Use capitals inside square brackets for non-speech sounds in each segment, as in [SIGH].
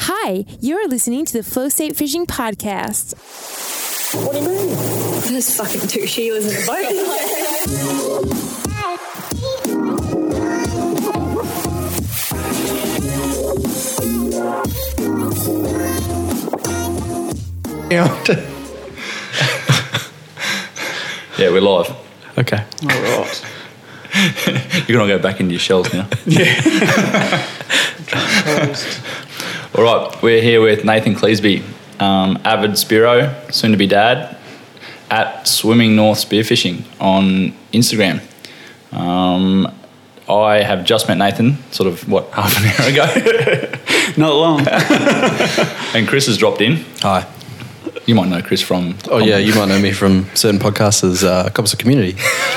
Hi, you're listening to the Flow State Fishing Podcast. What do you mean? This fucking two Sheilas in the boat. yeah, we're live. okay. All right. [LAUGHS] You're gonna go back into your shells now. [LAUGHS] Closed. All right, we're here with Nathan Cleesby, um, avid Spiro, soon to be dad, at Swimming North Spearfishing on Instagram. Um, I have just met Nathan, sort of what [LAUGHS] half an hour ago, Not long. [LAUGHS] and Chris has dropped in. Hi. You might know Chris from. Oh yeah, you might know me from certain podcasts as uh, Cops of [LAUGHS] Community.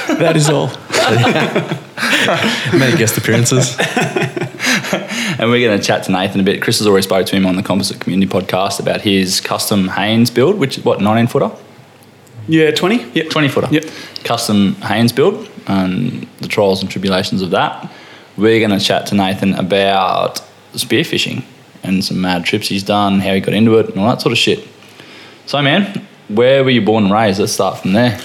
that is all. [LAUGHS] Many guest appearances. And we're going to chat to Nathan a bit. Chris has already spoke to him on the Composite Community Podcast about his custom Haynes build, which is what 19 footer. Yeah, 20? Yep, 20 footer. Yep. Custom Haynes build and the trials and tribulations of that. We're going to chat to Nathan about spearfishing and some mad trips he's done, how he got into it, and all that sort of shit. So, man, where were you born and raised? Let's start from there.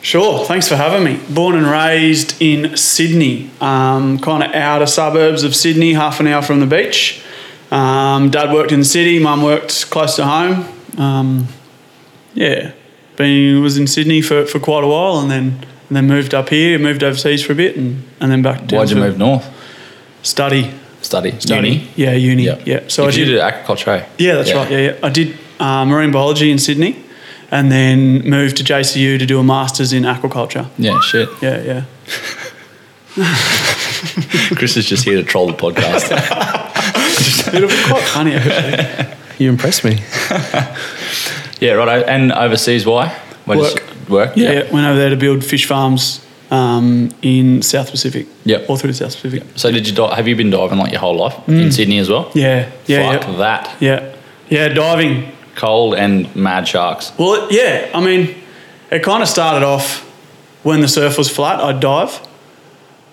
Sure. Thanks for having me. Born and raised in Sydney, um, kind of outer suburbs of Sydney, half an hour from the beach. Um, Dad worked in the city. Mum worked close to home. Um, yeah, been was in Sydney for, for quite a while, and then and then moved up here, moved overseas for a bit, and, and then back down Why'd you to move north? study. Study. Study. Uni. Yeah, uni. Yeah. So you I did. did agriculture. eh? Yeah, that's right. Yeah, yeah. I did uh, marine biology in Sydney, and then moved to JCU to do a masters in aquaculture. Yeah, [LAUGHS] shit. Yeah, yeah. Chris is just here to troll the podcast. It'll be quite funny actually. You impressed me. yeah, right. And overseas, why? Why did Work. you- work. Yeah. went over there to build fish farms um, in South Pacific. Yep. all through the South Pacific. So did you di- have you been diving like your whole life in Sydney as well? Mm. Yeah, yeah, Fuck yeah. that. yeah, yeah. Diving. Cold and mad sharks. Well, it- yeah. I mean, it kind of started off when the surf was flat. I'd dive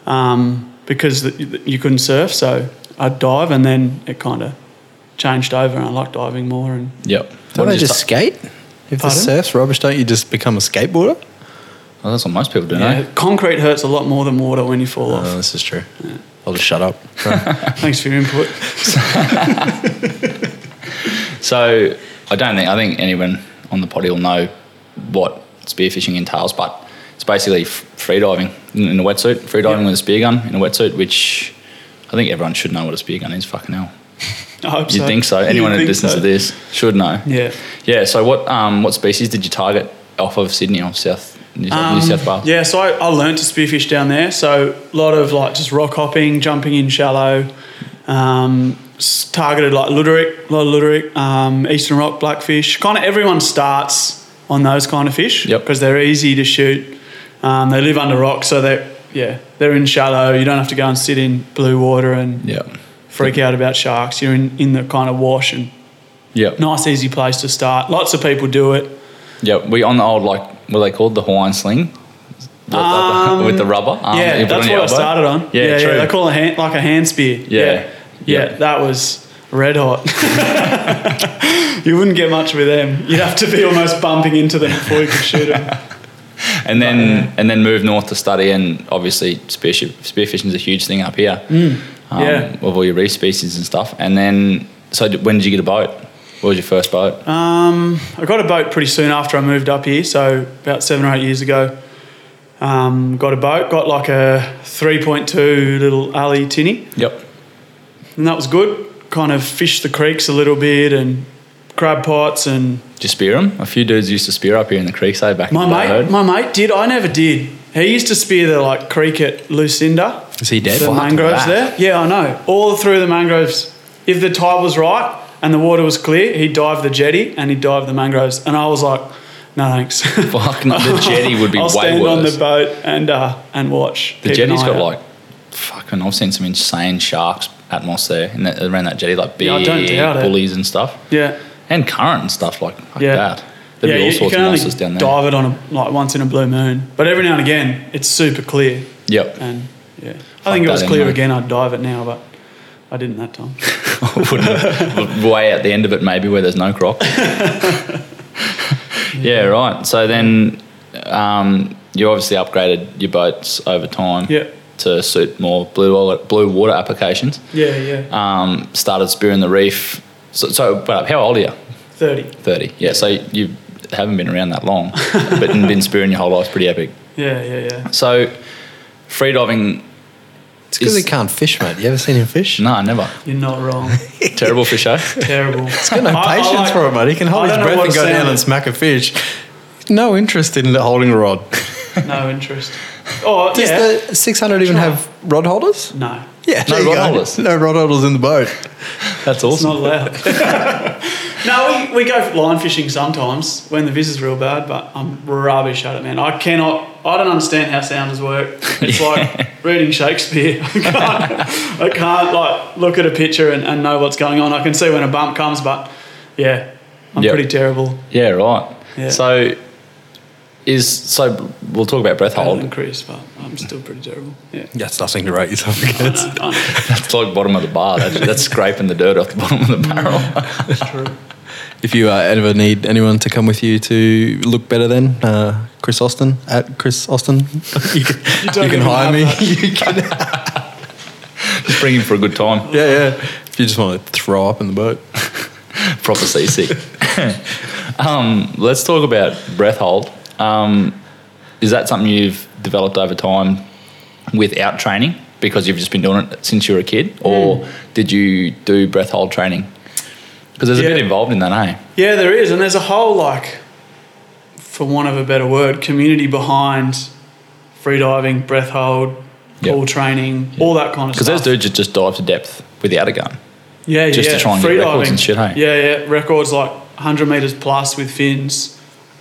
um, because the, you couldn't surf, so I'd dive, and then it kind of changed over, and I liked diving more. And Yep. Don't What I is just that? skate? If Pardon? the surf's rubbish, don't you just become a skateboarder? Well, that's what most people do, Yeah, no? concrete hurts a lot more than water when you Uh. fall off. Oh, this is true. I'll just shut up. Thanks for your input. So I don't think I think anyone on the potty will know what spearfishing entails, but it's basically f- free diving in in a wetsuit, free diving Yeah. with a spear gun in a wetsuit, which I think everyone should know what a spear gun is. Fucking hell, I hope you so. think so? You'd Anyone that think listens so. to this should know. Yeah. Yeah. So what um, what species did you target off of Sydney or South New South, New Um, South Wales? Yeah, so I, I learned to spearfish down there. So a lot of like just rock hopping, jumping in shallow, um, s- targeted like luderick, a lot of luderick, um, eastern rock, blackfish. Kind of everyone starts on those kind of fish Yep. because they're easy to shoot. Um, they live under rock, so they're yeah they're in shallow. You don't have to go and sit in blue water and Yeah. freak out about sharks. You're in, in the kind of wash and Yep. nice easy place to start. Lots of people do it. Yeah, we on the old like what are they called the Hawaiian sling. The- the- Um, with the rubber, arm that yeah, you put that's on what your I elbow. started on. Yeah, yeah, true. they call it hand, like a hand spear. Yeah. yeah, Yeah, Yeah. that was red hot. [LAUGHS] you wouldn't get much with them. You'd have to be almost bumping into them before you could shoot [LAUGHS] them. and then and then moved north to study, and obviously spearship, spearfishing is a huge thing up here. um, Mm, yeah. with all your reef species and stuff. And then, so d- when did you get a boat? What was your first boat? Um, I got a boat pretty soon after I moved up here, so about seven or eight years ago. Um, got a boat, got like a 3.2 little alley tinny. yep. and that was good. Kind of fished the creeks a little bit and crab pots and Did you spear them? A few dudes used to spear up here in the creeks, eh, back my in the day, I mate, heard. my mate did. I never did. He used to spear the like creek at Lucinda. Is he dead? The Fuck mangroves that. there. Yeah, I know. All through the mangroves. If the tide was right and the water was clear, he'd dive the jetty and he'd dive the mangroves. And I was like, no thanks. Fuck, no, the jetty would be [LAUGHS] I'll way stand on worse. the boat and uh, and watch. The Keep an jetty's eye got out. like fucking. I've seen some insane sharks at Moss there in that, around that jetty, like big Yeah, I don't doubt it. bullies and stuff, yeah. and current and stuff like, like Yeah. that. There'd be all you- you sorts can of only monsters down there. Dive it on a, like once in a blue moon, but every now and again it's super clear. Yep. [LAUGHS] And yeah, I think it that was clear anyway. again. I'd dive it now, but I didn't [LAUGHS] that time. Wouldn't- way at the end of it, maybe where there's no [LAUGHS] crop. [LAUGHS] yeah, right. So then um, you obviously upgraded your boats over time Yeah. to suit more blue water, blue water applications. Yeah, yeah. Um, started spearing the reef. So, so but how old are you? 30. 30. Yeah, so you haven't been around that long, but been spearing your whole life's pretty epic. Yeah, yeah, yeah. So freediving, It's because he can't fish, mate. You ever seen him fish? nah, never. You're not wrong. Terrible eh? for [LAUGHS] show. Terrible. It's He's got no patience for it, mate. He can hold his breath and go down and smack a fish. No interest in holding a rod. No interest. Oh, Does yeah. the 600 even have rod holders? no. Yeah, No there you rod go. holders. No rod holders in the boat. That's It's awesome. not allowed. [LAUGHS] [LAUGHS] no, we, we go line fishing sometimes when the vis is real bad, but I'm rubbish at it, man. I cannot, I don't understand how sounders work. It's [LAUGHS] like reading Shakespeare. [LAUGHS] I can't, I can't like look at a picture and, and know what's going on. I can see when a bump comes, but yeah, I'm Yep. pretty terrible. Yeah, right. Yeah. So is so we'll talk about breath Old hold. [LAUGHS] and Chris, but I'm still pretty terrible. Yeah. That's nothing to rate [LAUGHS] yourself against. That's like bottom of the bar. That's, that's scraping the dirt off the bottom of the [LAUGHS] barrel. If you uh, ever need anyone to come with you to look better, then uh, Chris Austin at Chris Austin, [LAUGHS] you can, don't you can even hire have me. that. You can, Just bring him for a good [LAUGHS] yeah, time. yeah. If you just want to throw up in the boat, Proper [LAUGHS] seasick. um, let's talk about breath hold. Um, is that something you've developed over time without training because you've just been doing it since you were a kid, or Hmm. did you do breath hold training? Because there's a bit Yeah. involved in that, eh? Yeah, there is, and there's a whole like, for want of a better word, community behind freediving, breath hold, Yep. pool training, all that kind of Because stuff. those dudes that just dive to depth without a gun. yeah, just to yeah. try and get records and shit, hey? Yeah, yeah, records like 100 meters plus with fins.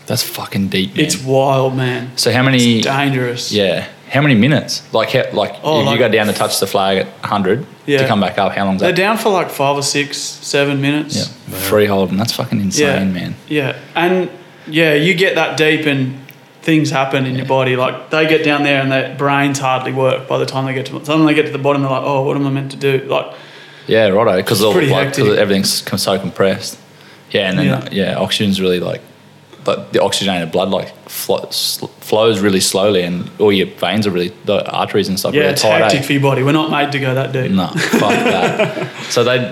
That's fucking deep. man. It's wild, man. so how many? It's dangerous. Yeah, how many minutes? Like, how, like Oh, if like- you go down to touch the flag at 100 Yeah. to come back up, how long's They're that? down for like five or six, seven minutes. Yeah, freehold, and that's fucking insane, man. Yeah, and yeah, you get that deep and things happen in your body. Like they get down there and their brains hardly work by the time they get to. Suddenly they get to the bottom, they're like, "Oh, what am I meant to do?" Like, Yeah, righto, because all pretty like 'cause hectic. everything's com- so compressed. Yeah, and then Yeah. yeah, oxygen's really like, but the oxygenated blood like flo- sl- flows really slowly, and all your veins are really the arteries and stuff. are yeah, really it's tight, eh? hectic for your body. We're not made to go that deep. No, fuck [LAUGHS] that. So they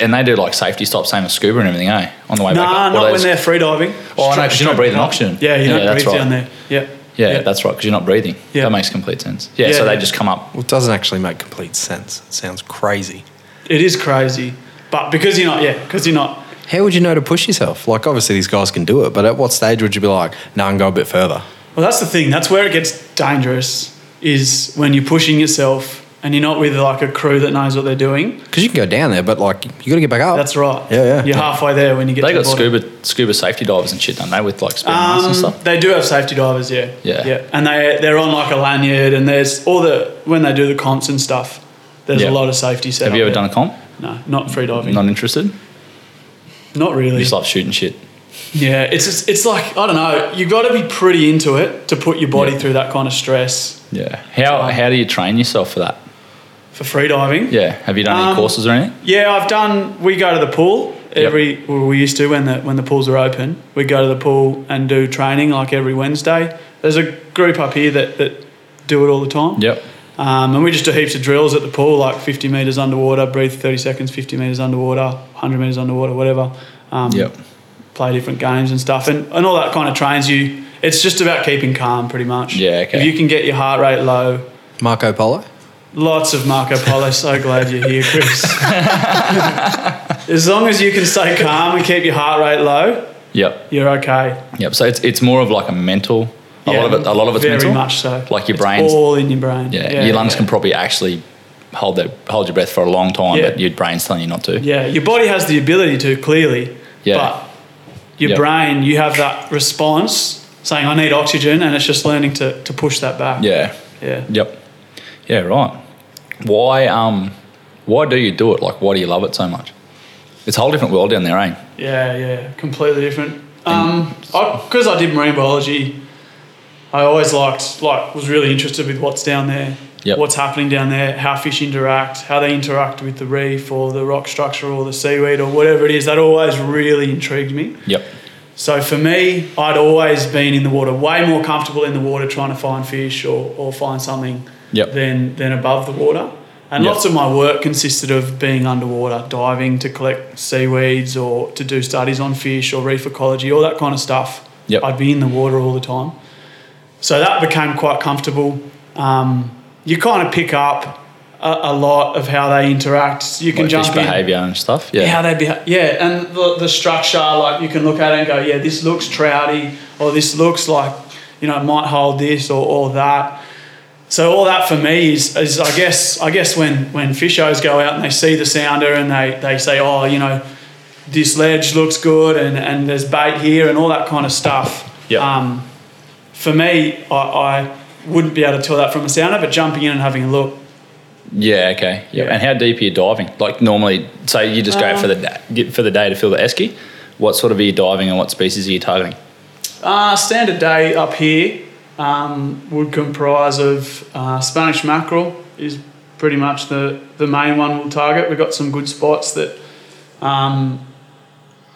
and they do like safety stops, same as scuba and everything, eh? On the way back Nah, up. Or not they when just- they're freediving. Oh, I know, Straight- 'cause you're not straight breathing up. oxygen. Yeah, you Yeah, don't that's breathe down right. there. Yeah. Yeah, that's right, because you're not breathing. Yeah. That makes complete sense. Yeah, Yeah, so they yeah. just come up. well, it doesn't actually make complete sense. It sounds crazy. it is crazy, but because you're not, yeah, because you're not. How would you know to push yourself? Like, obviously, these guys can do it, but at what stage would you be like, no, I can go a bit further? Well, that's the thing. That's where it gets dangerous. Is when you're pushing yourself and you're not with like a crew that knows what they're doing. Because you can go down there, but like, you got to get back up. That's right. Yeah, yeah. You're halfway there when you get. Oh. They to got the bottom. scuba scuba safety divers and shit, don't they? With like speed masks and Um, stuff. they do have safety divers, yeah. Yeah. yeah. And they they're on like a lanyard, and there's all the when they do the comps and stuff. There's Yeah. a lot of safety set. Have you ever done a comp? No, not free diving. Not interested. You not really. just love shooting shit. Yeah, it's just, it's like I don't know. You got to be pretty into it to put your body Yeah. through that kind of stress Yeah. How how do you train yourself for that? for freediving. Yeah. Have you done any Um, courses or anything? Yeah, I've done. We go to the pool every. Well, we used to when the when the pools are open. We go to the pool and do training like every Wednesday. There's a group up here that that do it all the time. Yep. Um, and we just do heaps of drills at the pool, like 50 meters underwater, breathe 30 seconds, 50 meters underwater, 100 meters underwater, whatever. Um, Yep. Play different games and stuff, and, and all that kind of trains you. It's just about keeping calm, pretty much. Yeah, okay. If you can get your heart rate low, Marco Polo. lots of Marco Polo. so glad you're [LAUGHS] here, Chris. as long as you can stay calm and keep your heart rate low, Yep. you're okay. Yep. So it's it's more of like a mental. A lot of it. A lot of it's very mental. much so. Like your It's brain's- all in your brain. Yeah. your lungs yeah. can probably actually hold that hold your breath for a long time, Yeah. but your brain's telling you not to. Yeah, your body has the ability to clearly, Yeah. but your Yep. brain, you have that response saying, "I need oxygen," and it's just learning to, to push that back. Yeah. yeah. Yep. Yeah, right. Why um why do you do it? Like why do you love it so much? It's a whole different world down there, eh? Yeah, yeah, completely different. Um, because I, did marine biology, I always liked like was really interested with what's down there. Yep. what's happening down there, how fish interact, how they interact with the reef or the rock structure or the seaweed or whatever it is. That always really intrigued me. Yep. So for me, I'd always been in the water, way more comfortable in the water trying to find fish or, or find something Yep. than, than above the water. And Yep. lots of my work consisted of being underwater, diving to collect seaweeds or to do studies on fish or reef ecology, all that kind of stuff. Yep. I'd be in the water all the time. So that became quite comfortable. Um, you kind of pick up a, a lot of how they interact. You can Like jump fish in behavior and stuff. Yeah. how they behave. Yeah, and the, the structure, like you can look at it and go, yeah, this looks trouty, or this looks like, you know, it might hold this or, or that. So all that for me is, is I guess, I guess when when fishers go out and they see the sounder and they they say, oh, you know, this ledge looks good and and there's bait here and all that kind of stuff. Yeah. Um, for me, I, I wouldn't be able to tell that from a sounder, but jumping in and having a look, Yeah. Okay. Yeah. Yeah. And how deep are you diving? Like normally, say you just go out for the Uh, da- get- for the day to fill the esky. What sort of are you diving and what species are you targeting? Uh, standard day up here um, would comprise of uh, Spanish mackerel is pretty much the, the main one we'll target. We've got some good spots that um,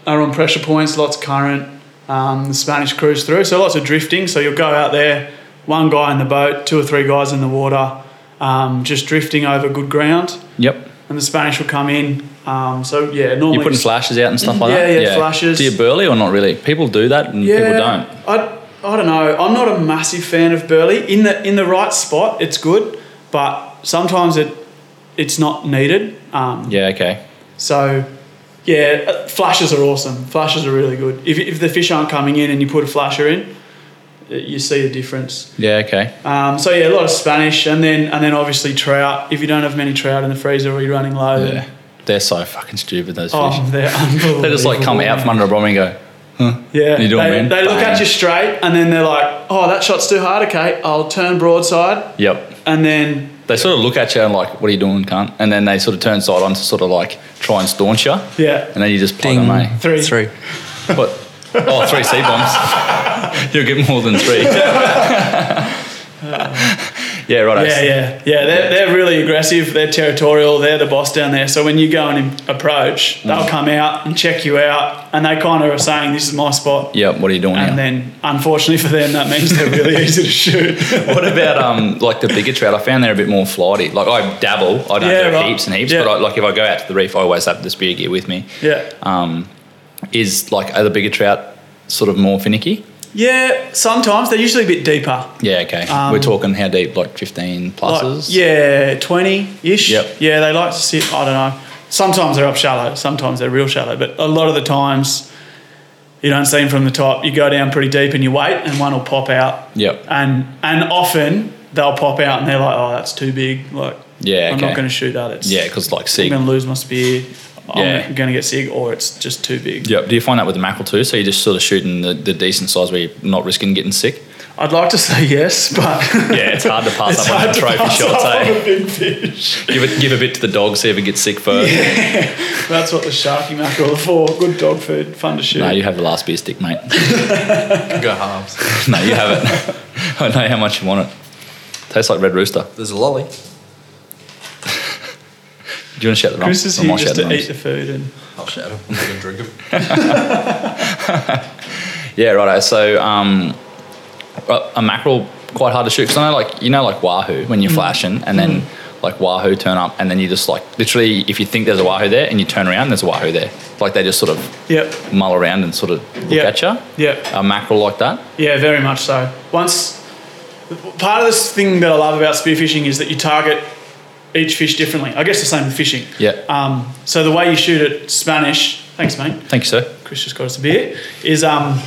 are on pressure points, lots of current. Um, the Spanish cruise through, so lots of drifting. So you'll go out there, one guy in the boat, two or three guys in the water, um, just drifting over good ground, Yep. and the Spanish will come in. Um, so yeah, normally You're putting flashes out and stuff like Yeah, that. yeah, flashes. Do you burley or not really? People do that and people don't. I, I don't know. I'm not a massive fan of Burley. In the in the right spot, it's good, but sometimes it it's not needed. Um, Yeah. Okay. So, yeah, uh, flashes are awesome. Flashes are really good. If, if the fish aren't coming in and you put a flasher in, uh, you see the difference. Yeah. Okay. Um, so yeah, a lot of Spanish, and then and then obviously trout. If you don't have many trout in the freezer or you're running low, then- Yeah. They're so fucking stupid. Those fish. oh, they're [LAUGHS] unbelievable. They just like come out from under a bomb and go. Yeah, You know what I they, mean? they look at Bang. you straight, and then they're like, "Oh, that shot's too hard. Okay, I'll turn broadside." Yep. and then They sort of look at you and like, what are you doing, cunt? And then they sort of turn side on to sort of like try and staunch you. Yeah. And then you just plug Ding. them, eh? three. Three. What? Oh, three C bombs. [LAUGHS] You'll get more than three. [LAUGHS] yeah, right. Yeah, yeah, yeah. They're, they're really aggressive. They're territorial. They're the boss down there. So when you go and im- Mm. approach, they'll come out and check you out, and they kind of are saying, "This is my spot." Yep, what are you doing And now? then, unfortunately for them, that means they're really [LAUGHS] easy to shoot. what about um like the bigger trout? I found they're a bit more flighty. Like I dabble, I don't Yeah, do right. heaps and heaps, Yeah. but I, like if I go out to the reef, I always have the spear gear with me. yeah. Um, is like are the bigger trout sort of more finicky? Yeah. Sometimes they're usually a bit deeper. Yeah, okay. Um, We're talking how deep, like fifteen Like, pluses. yeah, twenty ish. Yep. Yeah, they like to sit. I don't know. Sometimes they're up shallow. Sometimes they're real shallow. But a lot of the times, you don't see them from the top. You go down pretty deep and you wait, and one will pop out. Yep. And and often they'll pop out and they're like, oh, that's too big. Like, Yeah, I'm okay. not going to shoot that. It's Yeah, because like I'm sig. going to lose my spear. Yeah. I'm going to get sick, or it's just too big. Yep. Do you find that with the mackerel too? So you're just sort of shooting the, the decent size where you're not risking getting sick. I'd like to say yes, but Yeah, it's hard to pass it's up on hard a to trophy pass shot. up on Eh? a big fish. Give it, give a bit to the dog, see if it gets sick first. That's what the sharky mackerel are for. Good dog food, fun to shoot. No, you have the last beer stick, [LAUGHS] mate. Go halves. [LAUGHS] no, you have it. [LAUGHS] I know how much you want it. Tastes like Red Rooster. There's a lolly. [LAUGHS] Do you want to shout the rum? Chris is Or am here I just shouting to the rums? eat the food and I'll shout him. I'm not going to drink him. Yeah, right. So, um, a a mackerel quite hard to shoot because I know, like you know, like wahoo when you're flashing, and then like wahoo turn up, and then you just like literally, if you think there's a wahoo there, and you turn around, there's a wahoo there. Like they just sort of yep, mull around and sort of look Yeah. at you. yep, A mackerel like that. yeah, very much so. Once part of this thing that I love about spearfishing is that you target each fish differently. I guess the same with fishing. Yeah. Um, so the way you shoot at Spanish, thanks, mate. Thank you, sir. Chris just got us a beer. Is um,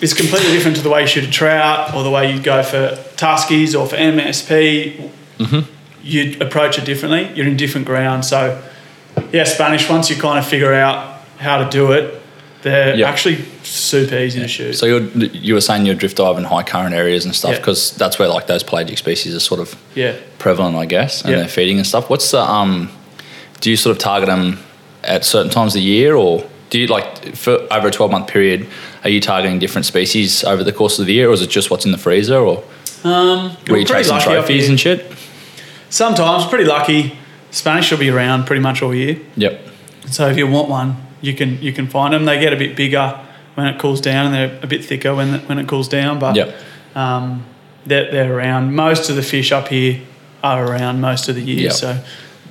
is completely different to the way you shoot a trout or the way you go for tuskies or for MSP. Mm-hmm. You approach it differently. You're in different ground. So, yeah, Spanish. Once you kind of figure out how to do it, they're Yeah. actually super easy to shoot. So you're, you were saying you're drift diving high current areas and stuff Yeah. because that's where like those pelagic species are sort of yeah. prevalent, I guess, and Yeah. they're feeding and stuff. What's the um? Do you sort of target them at certain times of the year, or do you like for over a twelve month period? Are you targeting different species over the course of the year, or is it just what's in the freezer, or Um, were you chasing lucky up trophies here. and shit? sometimes pretty lucky. Spanish will be around pretty much all year. Yep. So if you want one, you can you can find them. They get a bit bigger when it cools down, and they're a bit thicker when it, when it cools down. But Yep. um, they're, they're around. Most of the fish up here are around most of the year. Yep. So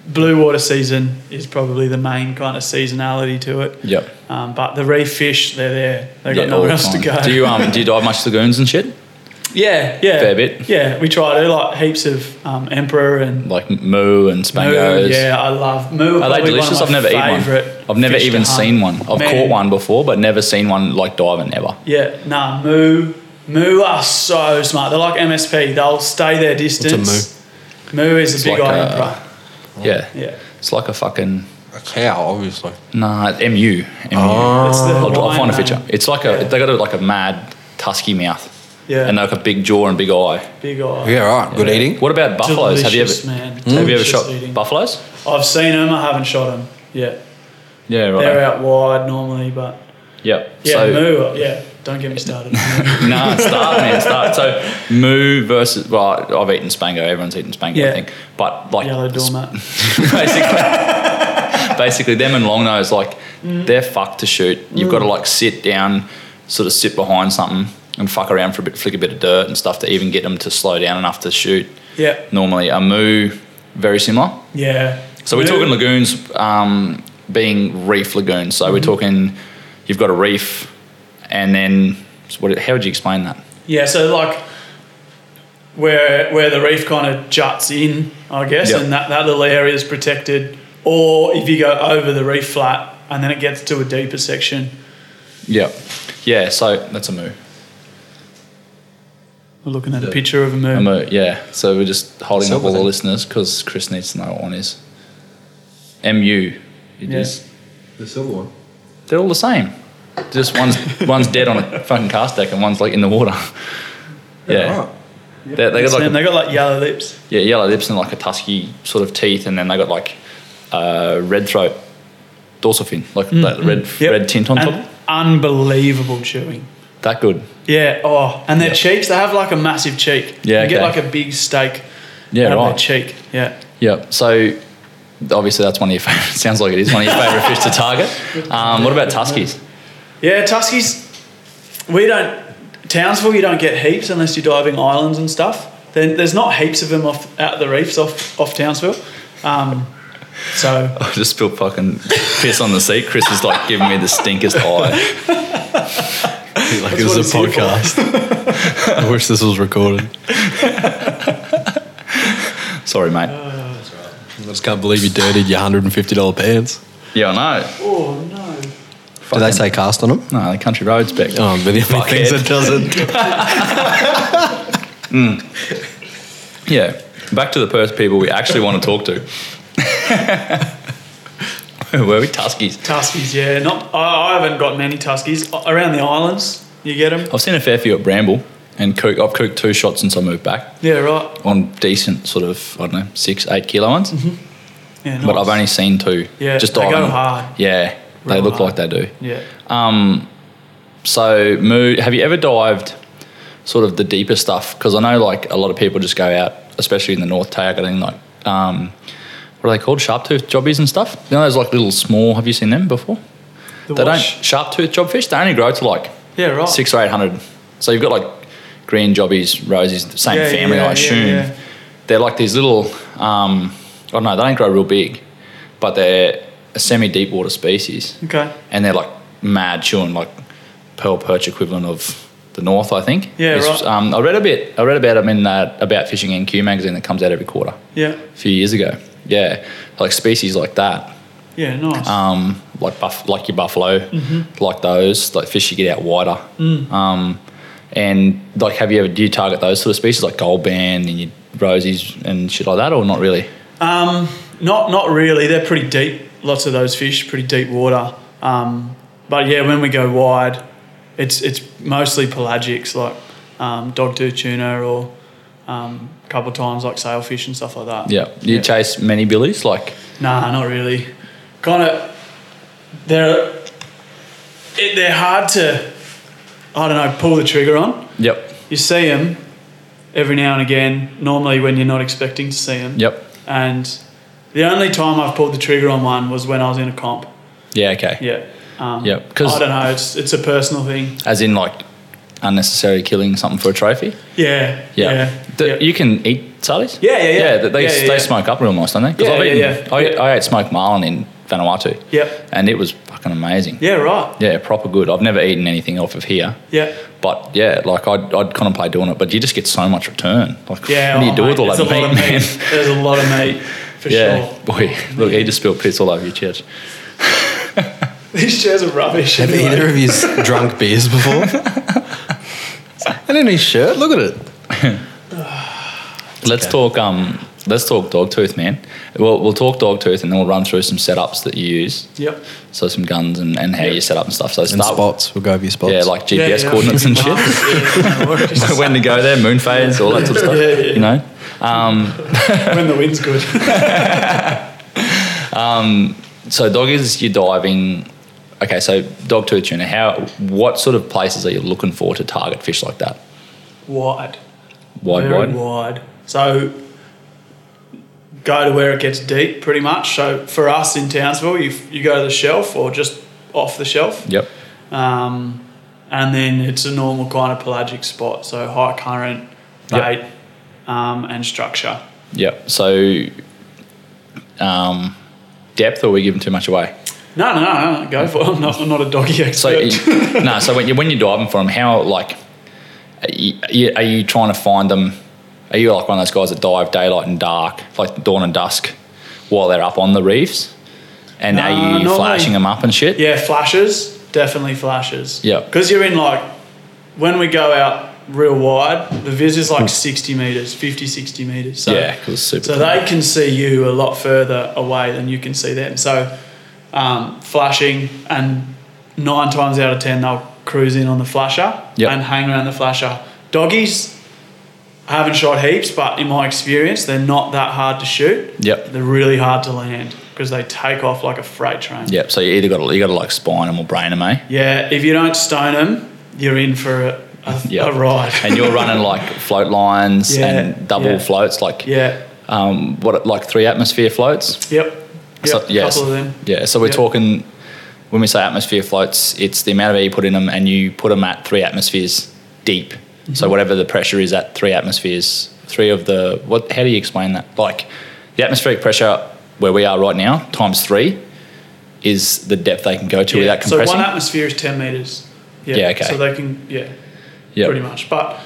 blue water season is probably the main kind of seasonality to it. Yep. Um, but the reef fish, they're there. They've Yeah, got all nowhere the else to time. go. Do you um do you dive much lagoons and shit? [LAUGHS] yeah, yeah. Fair bit. Yeah, we try to like heaps of um, emperor and Like moo and spangos. moo. Yeah, I love moo. Are they delicious? I've never eaten one. I've never even seen one. I've caught one before, but never seen one like diving ever. Yeah, nah, Moo. Moo are so smart. They're like MSP. They'll stay their distance. moo? is a big like eye a- emperor. Oh, Yeah. Yeah. It's like a fucking A cow, obviously. nah it's MU. MU. It's the I'll, I'll Hawaiian find Oh, a name. picture. It's like a they got a, like a mad tusky mouth. Yeah. And uh, like a big jaw and big eye. Big eye. Yeah, right. Good eating. What about buffaloes? Have you ever Hmm? Delicious, man. have you ever Delicious shot eating. buffaloes? I've seen them. I haven't shot them. Yeah. Yeah, right. They're out wide normally, but Yep. yeah, so, moo. Yeah. Don't get [LAUGHS] me started. on moo. no, start, man, start. So moo versus well, I've eaten spango. Everyone's eaten spango, Yeah. I think. But like Yellow doormat. basically, [LAUGHS] basically them and long nose, like they're fucked to shoot. You've got to like sit down, sort of sit behind something and fuck around for a bit, flick a bit of dirt and stuff to even get them to slow down enough to shoot. Yeah. Normally a moo, very similar. Yeah. So we're Moo- talking lagoons um, being reef lagoons. So we're talking you've got a reef, and then so what, how would you explain that? Yeah, so like where where the reef kind of juts in, I guess, Yep. and that, that little area is protected. Or if you go over the reef flat and then it gets to a deeper section. Yeah, yeah. So that's a moo. We're looking at a picture of a moon. A moo. Yeah. So we're just holding up Silver all the thing. listeners because Chris needs to know what one is. Mu. It Yeah. is- The silver one. They're all the same. Just [LAUGHS] one's one's dead on a fucking cast deck and one's like in the water. yeah. Right. They, they got like a and they got like yellow lips. yeah, yellow lips and like a tusky sort of teeth, and then they got like uh, red throat, dorsal fin, like that red Mm, Yep. red tint on And top. Unbelievable chewing. That good. Yeah, oh, and their Yeah. cheeks, they have like a massive cheek. Yeah, You get like okay. a big steak Yeah, out of right. their cheek. Yeah. Yeah. So obviously that's one of your [LAUGHS] favorite. Sounds like it is one of [LAUGHS] your favorite fish to target. Um, what about tuskies? Yeah, Tuskies. We don't Townsville. You don't get heaps unless you're diving islands and stuff. Then there's not heaps of them off out the reefs off off Townsville. Um, [LAUGHS] so I just spilled fucking piss on the seat. Chris is like giving me the stinkest eye. Like what this it's is a here for. podcast. I wish this was recorded. Sorry, mate. I just can't believe you dirtied your hundred and fifty dollar pants. Yeah, I know. oh no. Do they say cast on them? No, the country roads back. [LAUGHS] Oh, but the only things Fuckhead. it doesn't. Yeah. Back to the Perth people we actually want to talk to. [LAUGHS] Where were we? Tuskies. Tuskies, yeah. Not I, I haven't gotten any Tuskies A- around the islands. You get them? I've seen a fair few at Bramble and Cook. I've cooked two shots since I moved back Yeah, right. on decent sort of I don't know six eight kilo ones, Yeah, but nice. I've only seen two. Mm-hmm. Yeah, they diving. go hard. Yeah, they Real look hard. like they do. yeah. So, Moo, have you ever dived sort of the deeper stuff? Because I know like a lot of people just go out, especially in the North targeting like um, what are they called? Sharp tooth jobbies and stuff. You know those like little small. Have you seen them before? The they wash. don't sharp tooth jobfish. They only grow to like Yeah, right. six or eight hundred. So you've got like green jobbies, roses, the same Yeah, family, yeah, I yeah, assume. yeah. They're like these little. Um, I don't know. They don't grow real big, but they're a semi-deep water species, Okay. and they're like mad chewing, like pearl perch equivalent of the north, I think. Yeah, It's, right. Um, I read a bit. I read about them in that about fishing NQ magazine that comes out every quarter. Yeah. A few years ago. Yeah, like species like that Yeah. Nice. um, like buff, like your buffalo, Mm-hmm. like those, like fish you get out wider. Mm. Um, and like, have you ever do you target those sort of species like gold band and your rosies and shit like that, or not really? Not not really. They're pretty deep. Lots of those fish, pretty deep water. Um, but yeah, when we go wide, it's it's mostly pelagics like um, dogtooth tuna or um, a couple of times like sailfish and stuff like that. Yeah, you Yeah. chase many billies, like Nah, not really. Kind of, they're it, they're hard to, I don't know, pull the trigger on. yep, You see them every now and again. Normally when you're not expecting to see them. yep, And the only time I've pulled the trigger on one was when I was in a comp. Yeah. Okay. Yeah. Um, Yep, 'cause- I don't know. It's it's a personal thing. As in like unnecessary killing something for a trophy. Yeah. Yeah. Yeah. The- yeah. You can eat Salis? Yeah, yeah, yeah. th- they, Yeah, yeah, they yeah. smoke up real nice, don't they? 'Cause Yeah, I've yeah, eaten, yeah. I, Yeah. I ate smoked marlin in Vanuatu. Yep. And it was fucking amazing. Yeah, Right. Yeah, proper good. I've never eaten anything off of here. Yeah. But yeah, like I'd, I'd contemplate doing it, but you just get so much return. Like, Yeah. what do you oh, do with mate, all it's that a lot meat, of man? meat. There's a lot of [LAUGHS] meat for yeah, sure. boy, look, he just spilled piss all over your chest. These chairs are rubbish. Have anyway. either of you drunk beers before? and in his shirt, look at it. Let's talk. Um, let's talk dog tooth, man. We'll we'll talk dog tooth, and then we'll run through some setups that you use. Yep. So some guns and, and how you set up and stuff. So And start spots. We'll go over your spots. yeah, like Yeah, GPS yeah. coordinates [LAUGHS] and shit. Yeah, no [LAUGHS] worries. when to go there, moon phase, all that sort of stuff. Yeah, yeah. You know. when the wind's good. [LAUGHS] So dog is you're diving. Okay, so dog tooth tuna. How? What sort of places are you looking for to target fish like that? wide. Wide, very wide. wide. So go to where it gets deep, pretty much. So for us in Townsville, you you go to the shelf or just off the shelf, Yep. um, and then it's a normal kind of pelagic spot. So high current, Yep. bait, um, and structure. Yep. So, um, depth, or are we giving too much away? No, no, no, no go for it. I'm not, I'm not a doggy So, expert. you- no. So when you when you're diving for them, how like are you, are you- are you trying to find them? Are you like one of those guys that dive daylight and dark, like dawn and dusk, while they're up on the reefs? And are Uh, you normally- flashing them up and shit? Yeah, flashes definitely flashes. Yep. because you're in like when we go out real wide, the vis is like 60 meters, 50, 60 meters. So, Yeah, 'cause it's super so tight. they can see you a lot further away than you can see them. So um, flashing, and nine times out of ten they'll cruise in on the flasher Yep. and hang around the flasher. Doggies. I haven't shot heaps, but in my experience, they're not that hard to shoot. Yep. They're really hard to land because they take off like a freight train. Yep. So you either got to you got to like spine them or brain them, eh? Yeah, if you don't stone them, you're in for a, [LAUGHS] a, Yeah. a ride. And you're running like float lines [LAUGHS] Yeah, and double yeah. floats, like yeah, um, what like three atmosphere floats. yep. yep. So, yeah, couple so- of them. Yeah, so we're Yep. talking when we say atmosphere floats, it's the amount of air you put in them, and you put them at three atmospheres deep. Mm-hmm. So whatever the pressure is at three atmospheres, three of the what? How do you explain that? Like the atmospheric pressure where we are right now times three is the depth they can go to Yeah, without compressing. So one atmosphere is 10 meters. Yeah, okay. So they can, yeah, Yep. pretty much. But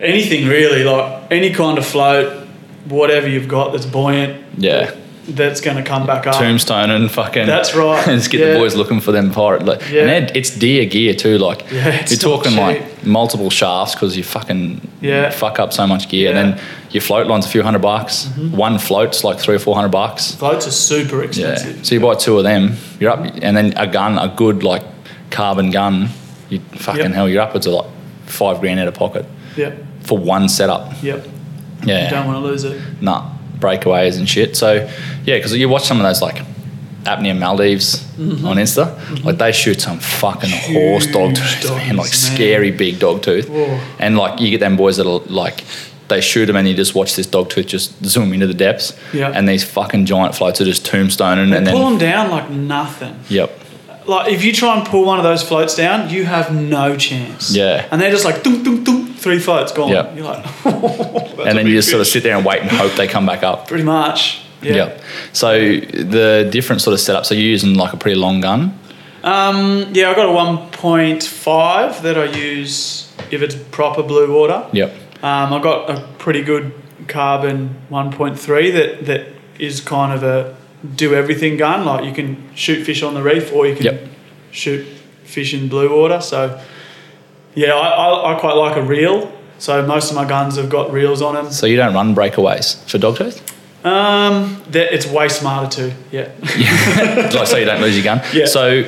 anything really, like any kind of float, whatever you've got that's buoyant, Yeah. that's going to come back up. Tombstone and fucking. Ah. That's [LAUGHS] right. and just get Yeah. the boys looking for them pirate. Like, Yeah. And they're- it's deer gear too. Like [LAUGHS] Yeah, it's you're not talking cheap. like multiple shafts because you fucking Yeah. fuck up so much gear, Yeah. Mm-hmm. and then your float line's a few hundred bucks. One float's like three or four hundred bucks. Floats are super Yeah. expensive. So you buy two of them, you're up, and then a gun, a good like carbon gun, you fucking Yep. hell, you're upwards of like five grand out of pocket Yep, for one setup. yep. Yeah. You don't want to lose it. Nah, breakaways and shit. So, yeah, because you watch some of those like apnea Maldives on Insta, like they shoot some fucking horse dog Mm-hmm. Huge tooth, man, dogs, like man. scary big dog tooth. Whoa. And like you get them boys that'll like they shoot them and you just watch this dog tooth just zoom into the depths. Yeah. And these fucking giant floats are just tombstoning and Pull then them down like nothing. yep. Like if you try and pull one of those floats down, you have no chance. Yeah. And they're just like dum dum dum, three floats gone. Yeah. You're like [LAUGHS] And then you just sort of sit there and wait and hope they come back up. pretty much. Yeah. Yep. So the different sort of setup. So you're using like a pretty long gun. Mm, Yeah, I got a one point five that I use if it's proper blue water. Yep. Um, I got a pretty good carbon one point three that that is kind of a do everything gun. Like you can shoot fish on the reef or you can Yep. shoot fish in blue water. So yeah, I, I, I quite like a reel. So most of my guns have got reels on them. So you don't run breakaways for dog tooth? Um, that it's way smarter too. Yeah. like so you don't lose your gun. Yeah. So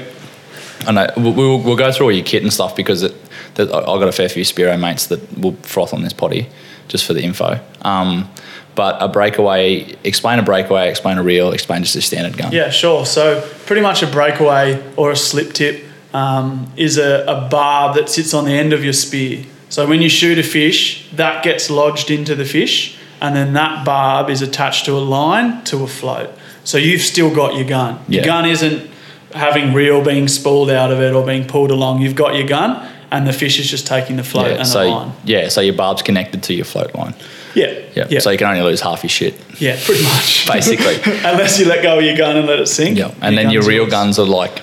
I know we- we'll, we'll go through all your kit and stuff because it, that, I- I've got a fair few Spiro mates that will froth on this potty just for the info. Um, but a breakaway, explain a breakaway, explain a reel, explain just a standard gun. Yeah, sure. So pretty much a breakaway or a slip tip um, is a, a barb that sits on the end of your spear. So when you shoot a fish, that gets lodged into the fish, and then that barb is attached to a line to a float. So you've still got your gun. Your Yeah. gun isn't having reel being spooled out of it or being pulled along. You've got your gun, and the fish is just taking the float yeah, and so the line. yeah, so your barb's connected to your float line. Yeah, Yeah. yeah, So you can only lose half your [LAUGHS] shit, yeah, pretty much. basically. [LAUGHS] Unless you let go of your gun and let it sink. yeah. And then your gun's real yours. guns are like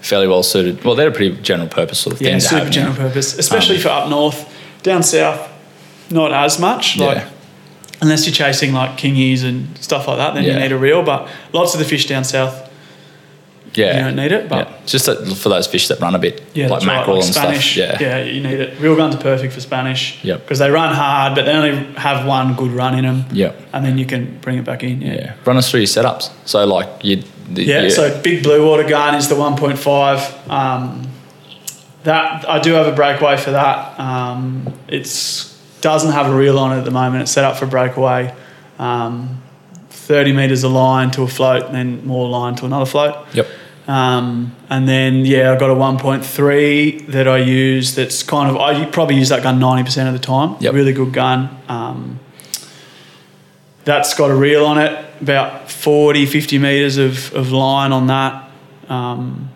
fairly well suited. Well, they're a pretty general purpose sort of Yeah, thing. to super have general now. purpose, especially Um, for up north. Down south, not as much. Like Yeah. unless you're chasing like kingies and stuff like that, then you Yeah. need a reel. But lots of the fish down south, Yeah. you don't need it. But Yeah. Just that for those fish that run a bit, yeah, like that's right, mackerel like and Spanish, stuff. Yeah. yeah, you need it. Reel guns are perfect for Spanish. Yep. because they run hard, but they only have one good run in them. Yep. and then you can bring it back in. Yeah. Yeah. Run us through your setups. So like you. the- Yeah, you- so big blue water gun is the 1.5. Um, that I do have a breakaway for that. Um, it doesn't have a reel on it at the moment. It's set up for breakaway. Um, 30 meters of line to a float, and then more line to another float. Yep. Um, and then yeah, I got a 1.3 that I use. That's kind of I probably use that gun 90% of the time. Yep. Really good gun. Um, that's got a reel on it, about 40, 50 meters of, of line on that. Um,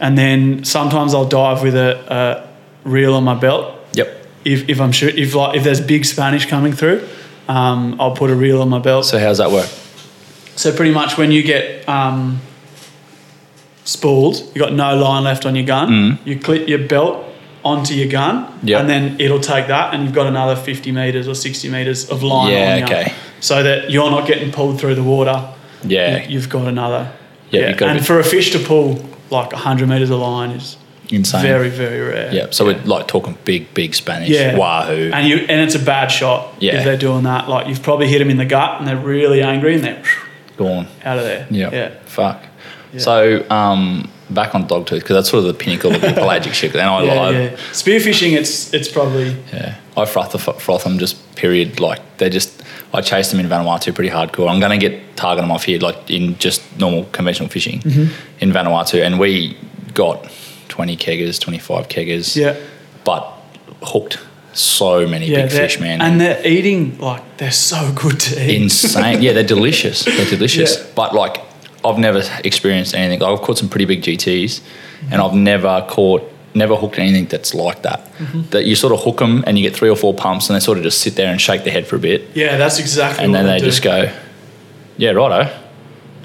and then sometimes I'll dive with a, a reel on my belt Yep. if, if I'm sure if like if there's big Spanish coming through. Um, I'll put a reel on my belt. So how's that work? So pretty much when you get um, spooled, you got no line left on your gun. You clip your belt onto your gun, Mm. Yep. and then it'll take that, and you've got another fifty meters or sixty meters of line. Yeah, on you, okay. So that you're not getting pulled through the water. Yeah. You, have got another. Yeah, you've got a and bit- for a fish to pull like hundred meters of line is Insane. very very rare. Yeah. So we're like talking big, big Spanish. Yeah. Wahoo. And you and it's a bad shot Yeah. if they're doing that. Like you've probably hit them in the gut, and they're really angry, and they're Gone. out of there. Yeah. Yeah. Fuck. So um, back on dog tooth because that's sort of the pinnacle [LAUGHS] of the pelagic shit. And I Yeah, love. yeah. Spearfishing, it's it's probably Yeah. I froth the froth them just period. Like they just, I chase them in Vanuatu pretty hardcore. I'm going to get target them off here, like in just normal conventional fishing Mm-hmm. in Vanuatu. And we got 20 keggers, 25 keggers. Yeah. But hooked so many yeah, big they're- fish, man. and they're eating like they're so good to eat. insane. yeah, they're delicious. They're delicious. Yeah. But like, I've never experienced anything. Like, I've caught some pretty big GTs, and I've never caught, never hooked anything that's like that. Mm-hmm. That you sort of hook them and you get three or four pumps, and they sort of just sit there and shake their head for a bit, yeah, that's exactly. and what then they do. just go, "Yeah, righto."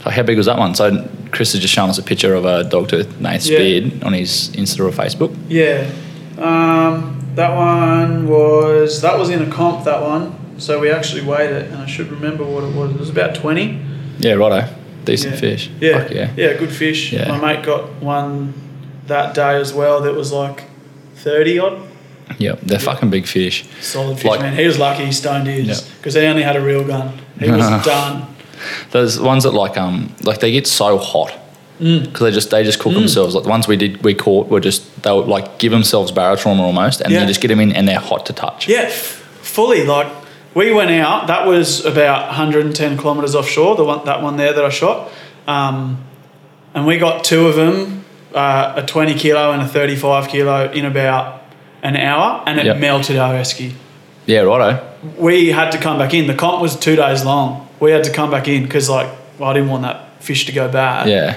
So how big was that one? So Chris has just shown us a picture of a dog tooth Nate's Yeah. beard on his Insta or Facebook. Yeah, um, that one was that was in a comp. That one, so we actually weighed it, and I should remember what it was. It was about twenty. Yeah, righto. Decent yeah. fish. Yeah. Fuck yeah. yeah, good fish. Yeah. My mate got one that day as well. That was like thirty odd. Yep, they're fucking big fish. Solid fish, Like- man. He was lucky he stoned his Yeah. because he only had a real gun. He [LAUGHS] was done. Those ones that like um like they get so hot because Mm. they just they just cook themselves. Like the ones we did we caught were just they would like give themselves barotrauma almost, and Yeah. you just get them in and they're hot to touch. Yeah, f- fully. Like we went out. That was about 110 kilometers offshore. The one that one there that I shot, um, and we got two of them, uh, a 20 kilo and a 35 kilo in about an hour, and it Yep. melted our esky. Yeah, righto. We had to come back in. The comp was two days long. We had to come back in because like well, I didn't want that fish to go bad. Yeah,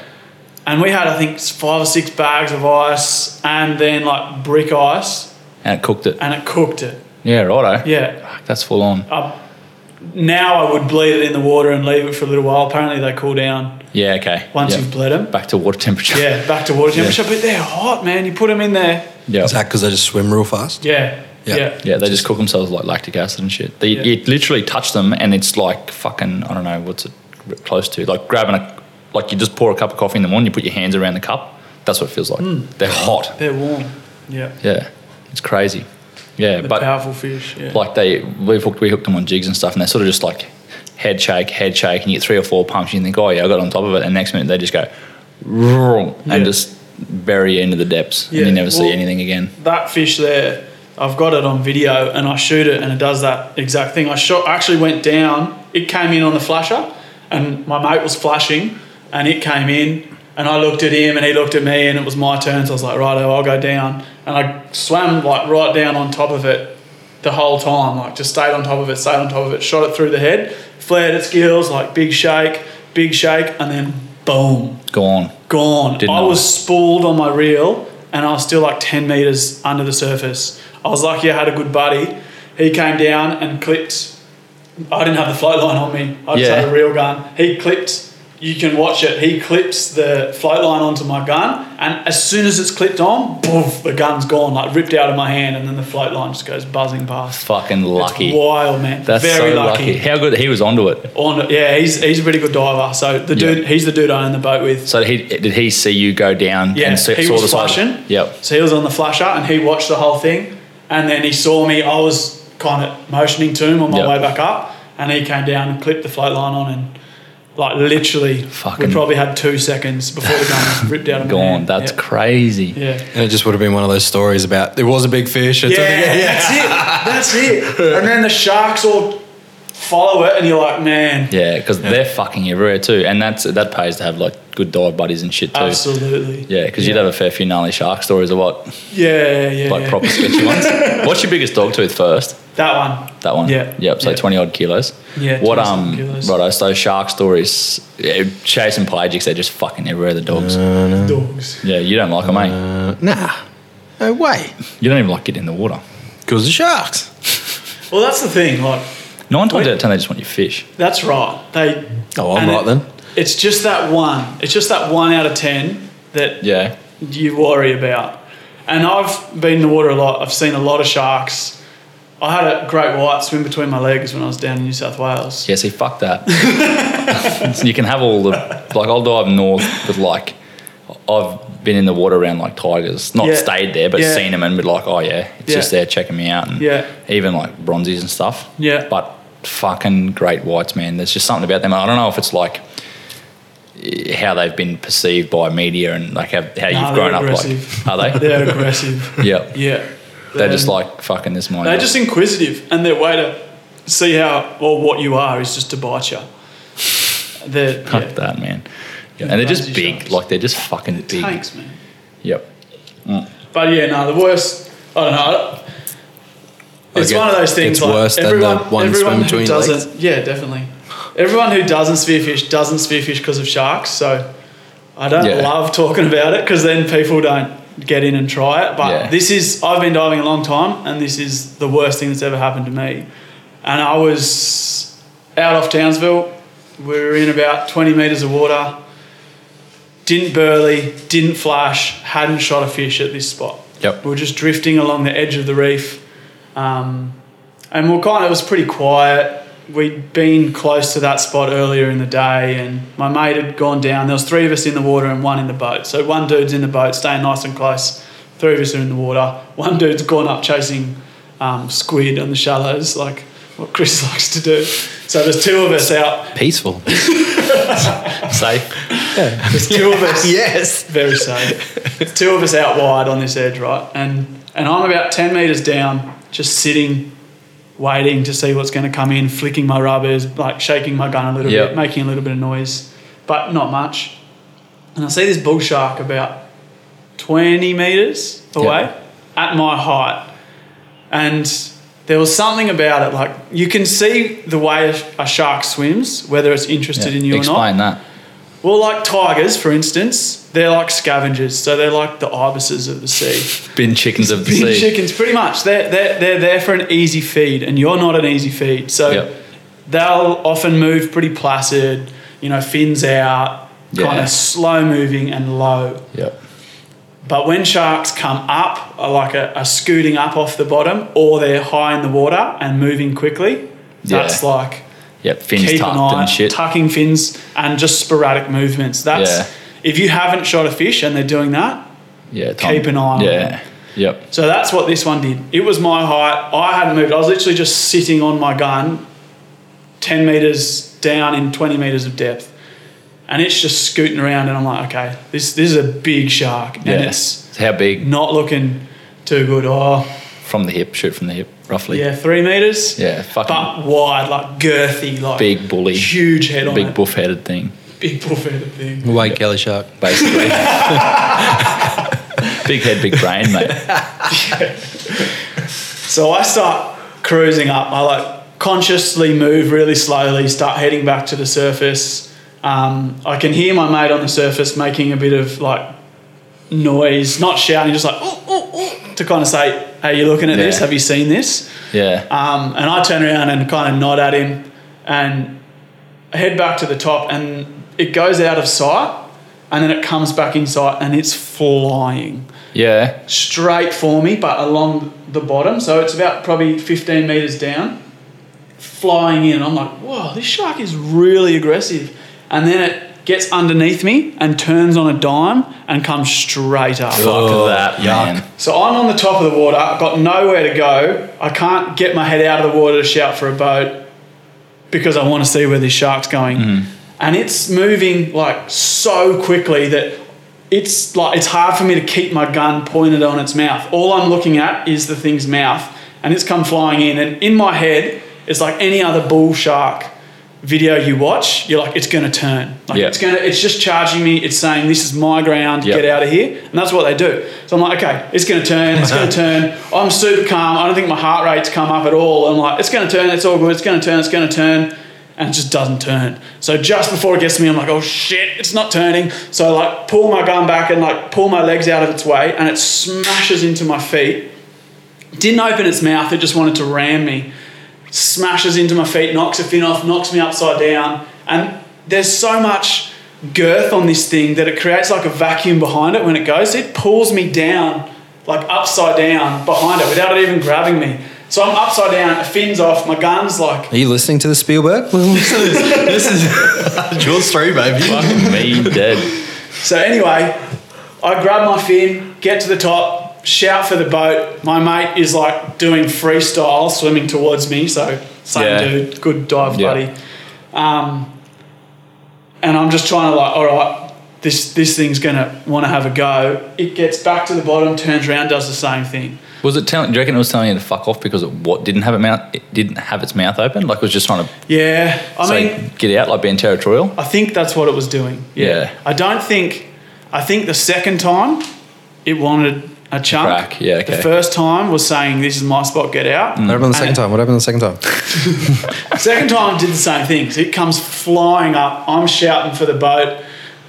And we had I think five or six bags of ice, and then like brick ice, and it cooked it. and it cooked it. Yeah, righto. Yeah, Oh. Fuck, that's full on. now I would bleed it in the water and leave it for a little while. Apparently they cool down yeah, okay. once Yep. you've bled them. back to water temperature. Yeah, back to water temperature, but they're hot, man. You put them in there. [LAUGHS] yeah. Is that because they just swim real fast? Yeah, Yeah. yeah, yeah. Yeah, they just cook themselves like lactic acid and shit. They, Yeah. You literally touch them and it's like fucking, I don't know, what's it close to? Like grabbing a, like you just pour a cup of coffee in the morning, you put your hands around the cup. That's what it feels like. Mm. They're hot. They're warm. Yeah, Yeah, it's crazy. Yeah, they're but powerful fish. Yeah. like they, we've hooked, we hooked them on jigs and stuff and they're sort of just like head shake, head shake, and you get three or four pumps and you think, oh yeah, I got on top of it. And next minute they just go, "Vroom," Yeah. and just bury into the depths and Yeah, you never see well- anything again. that fish there, I've got it on video and I shoot it and it does that exact thing. I shot I actually went down, it came in on the flasher and my mate was flashing and it came in and I looked at him and he looked at me and it was my turn, so I was like, righto, I'll go down. And I swam like right down on top of it the whole time. Like just stayed on top of it, stayed on top of it, shot it through the head, flared its gills, like big shake, big shake, and then boom, Gone. gone. Didn't I know. was spooled on my reel and I was still like 10 meters under the surface. I was lucky I had a good buddy. He came down and clipped. I didn't have the float line on me, I just Yeah. had a reel gun. He clipped, you can watch it. He clips the float line onto my gun, and as soon as it's clipped on, poof, the gun's gone, like ripped out of my hand, and then the float line just goes buzzing past. Fucking lucky. It's wild, man. That's Very so lucky. lucky. How good he was onto it. On, yeah, he's, he's a pretty good diver. So the Yeah. dude, he's the dude I own the boat with. So he did he see you go down? Yeah, and saw, he saw was the side- flashing. Yep. So he was on the flasher and he watched the whole thing. And then he saw me. I was kind of motioning to him on my Yep. way back up. And he came down and clipped the float line on and, like, literally, Fucking- we probably had two seconds before the gun [LAUGHS] was ripped out of my Gone. hand. That's yeah. crazy. Yeah. And it just would have been one of those stories about there was a big fish. It's Yeah, [LAUGHS] that's it. That's it. And then the sharks all follow it, and you're like, man, Yeah, because they're fucking everywhere too, and that's that pays to have like good dive buddies and shit too. absolutely. Yeah, because you'd have a fair few gnarly shark stories or what, Yeah, yeah. like yeah. proper sketchy ones. [LAUGHS] What's your biggest dog tooth first? That one. That one. Yeah. Yep. So Yeah. twenty odd kilos. Yeah, What 20 um. kilos. Righto. So shark stories, yeah, chasing pelagics, they're just fucking everywhere. The dogs. Dogs. yeah, you don't like them, eh? Nah, no way. You don't even like getting in the water. Because the sharks. Well, that's the thing. Like, Nine times out of ten, they just want you fish. That's right. They. Oh, I'm and right it- then. It's just that one. It's just that one out of ten that Yeah. you worry about. And I've been in the water a lot. I've seen a lot of sharks. I had a great white swim between my legs when I was down in New South Wales. Yeah, see, fuck that. [LAUGHS] you can have all the like. I'll dive north, but like, I've been in the water around like tigers, not Yeah. stayed there, but Yeah. seen them and been like, oh yeah, it's Yeah. just there checking me out, and Yeah. even like bronzies and stuff. Yeah. but fucking great whites, man. There's just something about them. I don't know if it's like eh, how they've been perceived by media and like how, how Nah, you've they're grown up. Like, aggressive. are they? [LAUGHS] They're aggressive. [LAUGHS] yeah. Yeah. They're just Um, like fucking this mind. They're just inquisitive, and their way to see how or what you are is just to bite you. [LAUGHS] They're fuck yeah. that, man. Yeah. And they're just Bronzy big. sharks. Like they're just fucking big. tanks, man. Yep. But yeah, no, the worst. I don't know. I don't- I It's get- one of those things. it's like worse than the everyone, one everyone swim who between doesn't, legs. Yeah, definitely. Everyone who doesn't spearfish doesn't spearfish because of sharks. So I don't Yeah. love talking about it because then people don't get in and try it. But Yeah. this is I've been diving a long time, and this is the worst thing that's ever happened to me. And I was out off Townsville. We were in about 20 meters of water. Didn't burley, didn't flash, hadn't shot a fish at this spot. Yep. We were just drifting along the edge of the reef. Um, and we're kind of, it was pretty quiet. We'd been close to that spot earlier in the day, and my mate had gone down. There was three of us in the water and one in the boat. So one dude's in the boat, staying nice and close. Three of us are in the water. [LAUGHS] One dude's gone up chasing um, squid on the shallows, like what Chris [LAUGHS] likes to do. So there's two of us out. [LAUGHS] Peaceful. Safe. There's two [LAUGHS] of us. yes. very safe. Two of us out wide on this edge, right? And and I'm about ten meters down, just sitting, waiting to see what's going to come in, flicking my rubbers, like shaking my gun a little Yep. bit, making a little bit of noise, but not much. And I see this bull shark about twenty meters away at my height, and. There was something about it, like you can see the way a- a shark swims, whether it's interested in you or not. Explain that. Well, like tigers, for instance, they're like scavengers, so they're like the ibises of the sea. Bin chickens of [LAUGHS] the Big sea. chickens, pretty much. They're, they're, they're there for an easy feed, and you're not an easy feed. So Yep. they'll often move pretty placid, you know, fins out, kind Yeah. of slow moving and low. Yep. But when sharks come up, uh, like a, a scooting up off the bottom, or they're high in the water and moving quickly, Yeah. that's like Yep. Fins keep tucked an eye, and shit. tucking fins, and just sporadic movements. That's Yeah. if you haven't shot a fish and they're doing that. yeah. Tom. keep an eye on Yeah. Yep. So that's what this one did. It was my height. I hadn't moved. I was literally just sitting on my gun, ten meters down in twenty meters of depth, and it's just scooting around. And I'm like, okay, this this is a big shark, and it's Yes. How big? not looking too good. Oh, From the hip. Shoot from the hip. Roughly. yeah, three meters. Yeah. Fucking But wide, like girthy, like Big bully. huge head on big it. buff headed thing, big bull feather thing. White Kelly shark. [LAUGHS] basically. big head, big brain, mate. So I start cruising up. I like consciously move really slowly, start heading back to the surface. Um, I can hear my mate on the surface making a bit of like noise, not shouting, just like ooh, ooh, ooh, to kind of say, "Hey, you looking at this? Yeah. Have you seen this?" Yeah. Um, and I turn around and kind of nod at him and head back to the top, and it goes out of sight, and then it comes back in sight, and it's flying yeah. straight for me, but along the bottom. So it's about probably 15 meters down, flying in. I'm like, whoa, this shark is really aggressive. And then it gets underneath me and turns on a dime and comes straight up. Fuck that, man. So I'm on the top of the water, I've got nowhere to go. I can't get my head out of the water to shout for a boat because I want to see where this shark's going. And it's moving like so quickly that it's like it's hard for me to keep my gun pointed on its mouth. All I'm looking at is the thing's mouth and it's come flying in and in my head it's like any other bull shark video you watch, you're like it's going to turn. Like Yeah. it's going to it's just charging me, it's saying this is my ground, Yep. get out of here. And that's what they do. So I'm like, okay, it's going to turn, it's going to turn. I'm super calm. I don't think my heart rate's come up at all. I'm like, it's going to turn, it's all good, it's going to turn, it's going to turn. And it just doesn't turn. So just before it gets to me, I'm like, oh shit, it's not turning. So I like pull my gun back and like pull my legs out of its way and it smashes into my feet. Didn't open its mouth, it just wanted to ram me smashes into my feet, knocks a fin off, knocks me upside down. And there's so much girth on this thing that it creates like a vacuum behind it when it goes. It pulls me down, like upside down behind it without it even grabbing me. So I'm upside down, fin's off, my gun's like Are you listening to the Spielberg? [LAUGHS] this is [LAUGHS] Jaws 3, baby. Fuck me dead. So anyway, I grab my fin, get to the top, shout for the boat. My mate is like doing freestyle, swimming towards me. So same Yeah. dude, good dive Yeah. buddy. Um, and I'm just trying to like, all right, this this thing's gonna want to have a go. It gets back to the bottom, turns around, does the same thing. Was it telling? Do you reckon it was telling you to fuck off because it what didn't have it mouth? It didn't have its mouth open. Like it was just trying to Yeah, I say, mean, get out, like being territorial. I think that's what it was doing. Yeah. I don't think. I think the second time, it wanted a chunk. Crack, yeah, okay. Mm. The first time was saying, "This is my spot. Get out." What happened the second time? What happened the second time? Second time did the same thing. So it comes flying up. I'm shouting for the boat.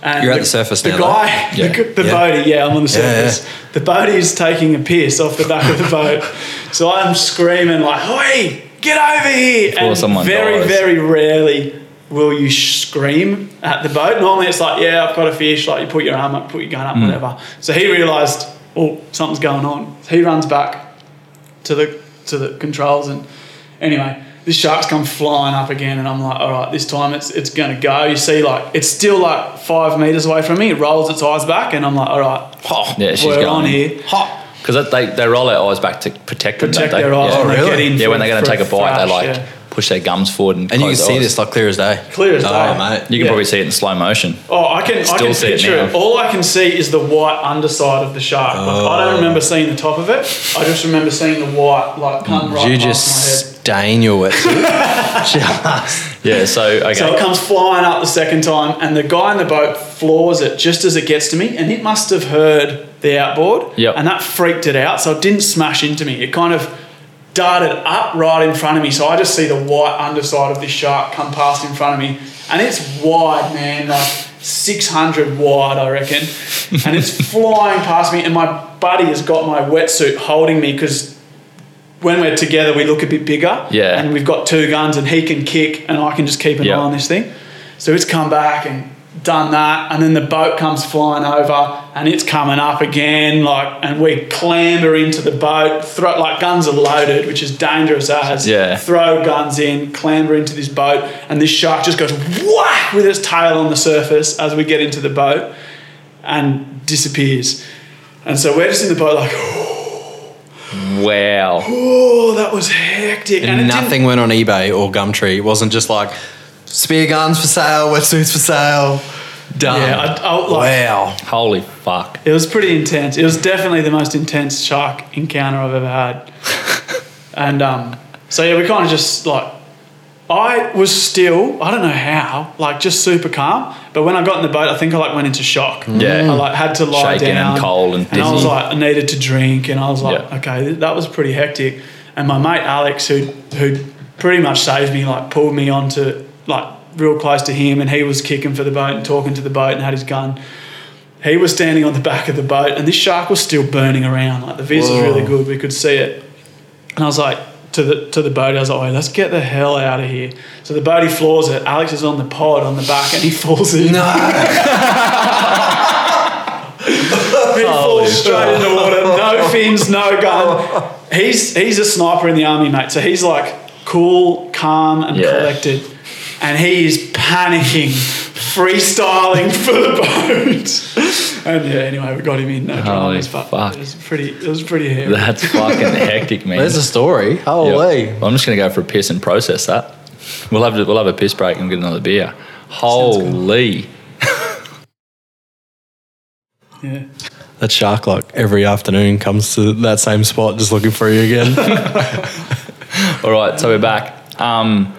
And You're at the surface the now, Guy, though. Yeah. [LAUGHS] The, the Yeah. boatie, yeah, I'm on the Yeah, yeah. surface. The boatie's taking a piss off the back of [LAUGHS] the boat. So I'm screaming like, "Hoi, get over here!" Before and someone very, dies. very rarely will you sh- scream at the boat. Normally it's like, "Yeah, I've got a fish." Like you put your arm up, put your gun up, Hmm. whatever. So he realised, oh, something's going on. So he runs back to the to the controls and anyway this shark's come flying up again and I'm like all right this time it's it's gonna go you see like it's still like five meters away from me it rolls its eyes back and I'm like all right oh, Yeah, she's we're going. on here hot Because they, they roll their eyes back to protect them. protect don't they? their eyes Yeah. Oh, when really? they get in Yeah, for- when they're going for to a take a bite, thrash, they like yeah. push their gums forward and And you can close see their eyes. this like clear as day. Clear as oh, day. mate. You can Yeah. probably see it in slow motion. Oh, I can, I Still can see it picture it, now. All I can see is the white underside of the shark. Like, I Oh. don't remember seeing the top of it. I just remember seeing the white like come right Did Mm. you past my head. just stain your [LAUGHS] wetsuit? Just- Yeah, so okay. So it comes flying up the second time, and the guy in the boat floors it just as it gets to me, and it must have heard the outboard, Yep. and that freaked it out. So it didn't smash into me. It kind of darted up right in front of me. So I just see the white underside of this shark come past in front of me, and it's wide, man, like 600 wide, I [LAUGHS] reckon, and it's flying past me, and my buddy has got my wetsuit holding me because. When we're together, we look a bit bigger, Yeah. and we've got two guns, and he can kick, and I can just keep an Yeah. eye on this thing. So it's come back and done that, and then the boat comes flying over, and it's coming up again, like, and we clamber into the boat. Throw like guns are loaded, which is dangerous as Yeah. throw guns in, clamber into this boat, and this shark just goes whack with its tail on the surface as we get into the boat, and disappears. And so we're just in the boat like, wow. oh, that was hectic, and, it and didn't- nothing went on eBay or Gumtree. It wasn't just like spear guns for sale, wetsuits for sale. Done. Yeah, I- I- like- wow. Holy fuck. It was pretty intense. It was definitely the most intense shark encounter I've ever had. and um, so yeah, we kind of just like I was still I don't know how like just super calm. But when I got in the boat, I think I like went into shock. Yeah. I like had to lie Shaking and down, cold and I was dizzy. like I needed to drink, and I was like, Yeah. okay, th- that was pretty hectic. And my mate Alex, who who pretty much saved me, like pulled me onto like real close to him, and he was kicking for the boat and talking to the boat and had his gun. He was standing on the back of the boat, and this shark was still burning around. Like the vis was really good; we could see it. And I was like to the to the boatie, I was like, "Oi, let's get the hell out of here." So the boatie floors it. Alex is on the pod on the back, and he falls in. [LAUGHS] He falls straight into water. No fins, no gun. He's he's a sniper in the army, mate. So he's like cool, calm, and Yeah. collected. And he is panicking, freestyling for the boat. [LAUGHS] And yeah, anyway, we got him in. No dramas, but fuck. it was pretty. It was pretty hairy. That's fucking hectic, man. There's a story. Yeah. Holy. I'm just gonna go for a piss and process that. We'll have to, we'll have a piss break and get another beer. Holy! yeah. That shark, like every afternoon, comes to that same spot just looking for you again. [LAUGHS] All right, so we're back. Um,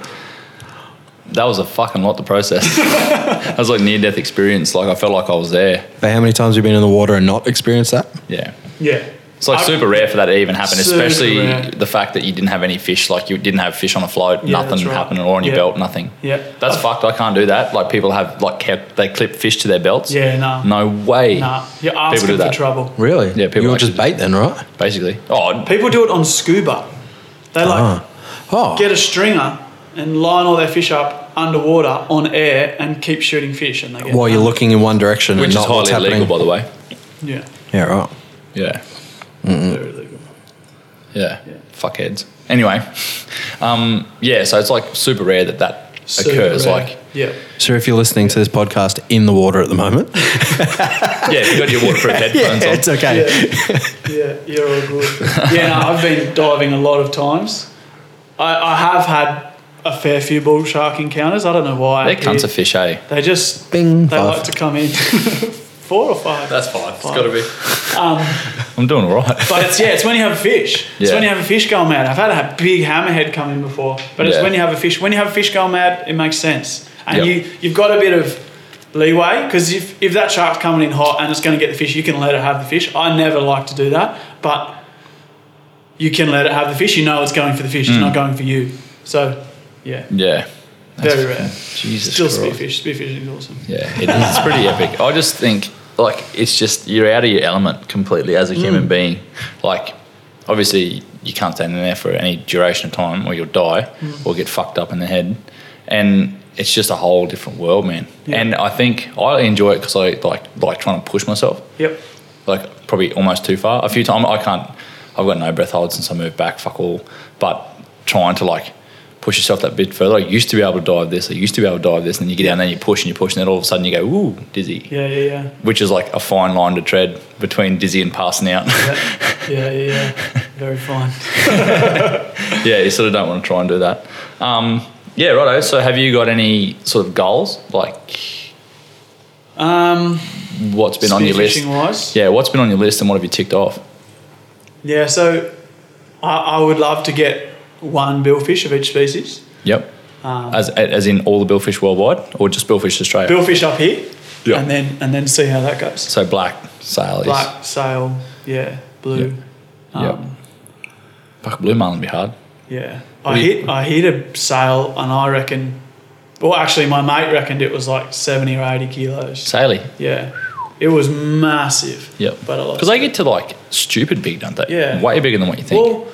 that was a fucking lot to [LAUGHS] process. that was like near death experience. Like I felt like I was there. Hey, how many times have you been in the water and not experienced that? Yeah. Yeah. It's like I- super rare for that to even happen, Super especially rare. the fact that you didn't have any fish. Like you didn't have fish on a float, Yeah, nothing that's right. happened, or on your Yeah. belt, nothing. Yeah. That's fucked. I can't do that. Like people have like kept they clip fish to their belts. Yeah, nah. No way. Nah, you're do asking for that. trouble. Really? Yeah, people You were actually just bait then, right? Basically. Oh, People do it on scuba. They like Ah. Oh, get a stringer and line all their fish up underwater on air and keep shooting fish, and they get while you're looking in one direction which and is not what's highly happening. illegal, by the way. Yeah. yeah, right. Yeah. Mm. Very legal. Yeah. Fuckheads. Anyway, um, yeah. So it's like super rare that that occurs. Super rare. Like, yeah, So if you're listening to this podcast in the water at the [LAUGHS] moment, yeah, if you got your [LAUGHS] waterproof headphones on. [LAUGHS] it's okay. yeah, you're all good. [LAUGHS] yeah, no, I've been diving a lot of times. I, I have had a fair few bull shark encounters. I don't know why. They're cunts It- of fish, eh? They just Bing, They five. like to come in [LAUGHS] four or five. fine. It's got to be. I'm doing all right. But it's yeah, it's when you have a fish. It's Yeah. when you have a fish go mad. I've had a big hammerhead come in before, but it's Yeah. when you have a fish. When you have a fish go mad, it makes sense, and Yep. you you've got a bit of leeway because if if that shark's coming in hot and it's going to get the fish, you can let it have the fish. I never like to do that, but you can let it have the fish. You know it's going for the fish. Hmm. It's not going for you. So yeah, [LAUGHS] Yeah. very rare. Jesus Still Christ. spearfish. Spearfishing is awesome. Yeah, it is. It's pretty epic. I just think, like, it's just you're out of your element completely as a human being. Like, obviously, you can't stand in there for any duration of time, or you'll die, or get fucked up in the head, and it's just a whole different world, man. And I think I enjoy it because I like like trying to push myself, Yep. like probably almost too far. A few times I can't. I've got no breath hold since I moved back. Fuck all. But trying to like push yourself that bit further. I used to be able to dive this. I used to be able to dive this, and then you get down there, and you push and you push, and then all of a sudden you go ooh dizzy, Yeah, yeah, yeah. which is like a fine line to tread between dizzy and passing out. Yeah, [LAUGHS] yeah, yeah. Very fine. yeah, you sort of don't want to try and do that. Um, yeah, righto. So have you got any sort of goals like? Um, What's been on your list? spearfishing wise? Yeah, what's been on your list and what have you ticked off? Yeah, so I, I would love to get one billfish of each species. Yep. as, as in all the billfish worldwide or just billfish Australia? Billfish up here, Yeah. and then and then see how that goes. so black sail is. Black um, sail, yeah, blue, Yep. Fuck, blue marlin would be hard. yeah. What I do you- hit I hit a sail, and I reckon. Well, actually, my mate reckoned it was like seventy or eighty kilos. Saily. Yeah, it was massive. Yep. but I lost. Because they get to like stupid big, don't they? Yeah. Way bigger than what you think. well,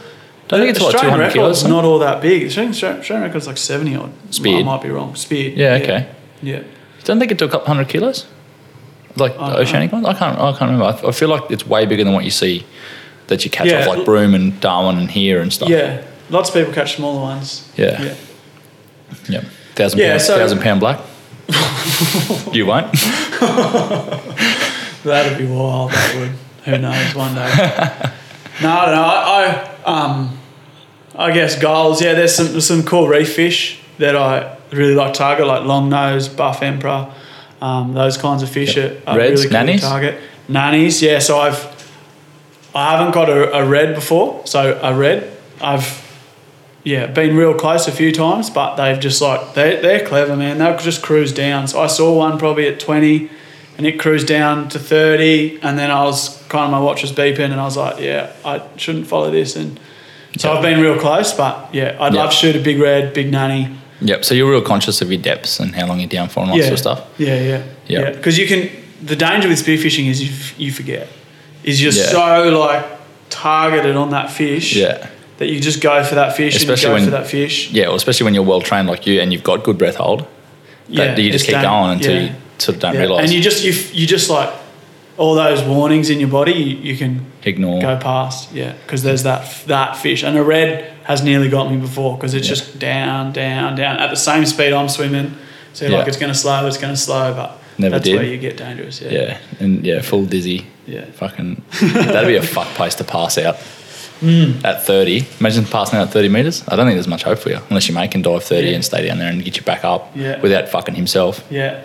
don't they get to like Australian 200 record's kilos? or not all that big. Australian, Australian record's like seventy odd. I Speared. might be wrong. Speared. Yeah, okay. Yeah. something? Don't they get to a couple hundred kilos? Like I the don't oceanic ones? I can't, I can't remember. I, f- I feel like it's way bigger than what you see that you catch Yeah. off like Broome and Darwin and here and stuff. Yeah, lots of people catch smaller ones. Yeah. yeah. Yep. Thousand, Yeah, pound, so- thousand pound [LAUGHS] black. you won't? That'd be wild. That would. Who knows? [LAUGHS] One day. no, I don't know. I, I um, I guess goals. Yeah, there's some some cool reef fish that I really like to target, like long nose, buff emperor, um, those kinds of fish are, are Reds, really cool nannies? to target. Nannies. Yeah. So I've I haven't got a, a red before, so a red. I've yeah been real close a few times, but they've just like they they're clever, man. They'll just cruise down. So I saw one probably at twenty, and it cruised down to thirty, and then I was kind of my watch was beeping, and I was like, yeah, I shouldn't follow this, and So I've been real close, but yeah, I'd Yeah. love to shoot a big red, big nanny. Yep. So you're real conscious of your depths and how long you're down for and all yeah. that sort of stuff. Yeah, yeah, Yeah. yeah. Because you can. The danger with spearfishing is you f- you forget. Is you're Yeah. so like targeted on that fish. Yeah. That you just go for that fish Especially and you when- go for that fish. Yeah. Well, especially when you're well trained like you and you've got good breath hold, Yeah, but you just it's keep done. going until Yeah. you sort of don't Yeah. realize. And you just you f- you just like all those warnings in your body you, you can Ignore. go past. Yeah, because there's that f- that fish and a red has nearly got me before because it's just down, down, down at the same speed I'm swimming. So Yeah. like it's gonna slow, it's gonna slow, but Never that's did. where you get dangerous. Yeah. yeah. And yeah, full dizzy. Yeah. Fucking. that'd be a fuck place to pass out. Hmm. At 30, imagine passing out at 30 meters. I don't think there's much hope for you unless you make and dive 30 Yeah. and stay down there and get you back up Yeah. without fucking himself. Yeah.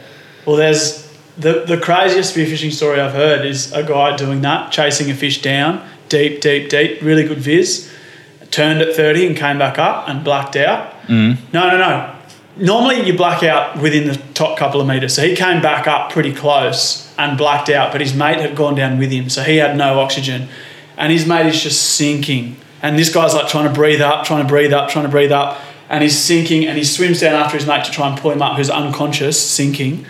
Well, there's the the craziest spearfishing story I've heard is a guy doing that, chasing a fish down deep, deep, deep, really good viz. Turned at thirty and came back up and blacked out. Mm. No, no, no. Normally you black out within the top couple of meters. So he came back up pretty close and blacked out, but his mate had gone down with him, so he had no oxygen, and his mate is just sinking. And this guy's like trying to breathe up, trying to breathe up, trying to breathe up, and he's sinking. And he swims down after his mate to try and pull him up, who's unconscious, sinking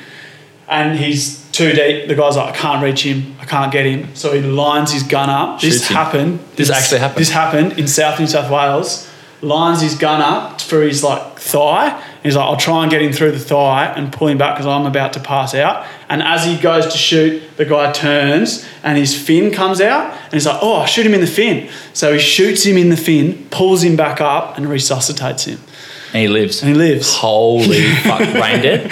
and he's too deep. The guy's like, I can't reach him. I can't get him. So he lines his gun up. This Shoots him. happened. This actually happened. This happened in South New South Wales. Lines his gun up for his like thigh. He's like, I'll try and get him through the thigh and pull him back because I'm about to pass out. And as he goes to shoot, the guy turns and his fin comes out and he's like, Oh, shoot him in the fin. So he shoots him in the fin, pulls him back up, and resuscitates him. And he lives. And he lives. [LAUGHS] Holy fuck. Brain dead.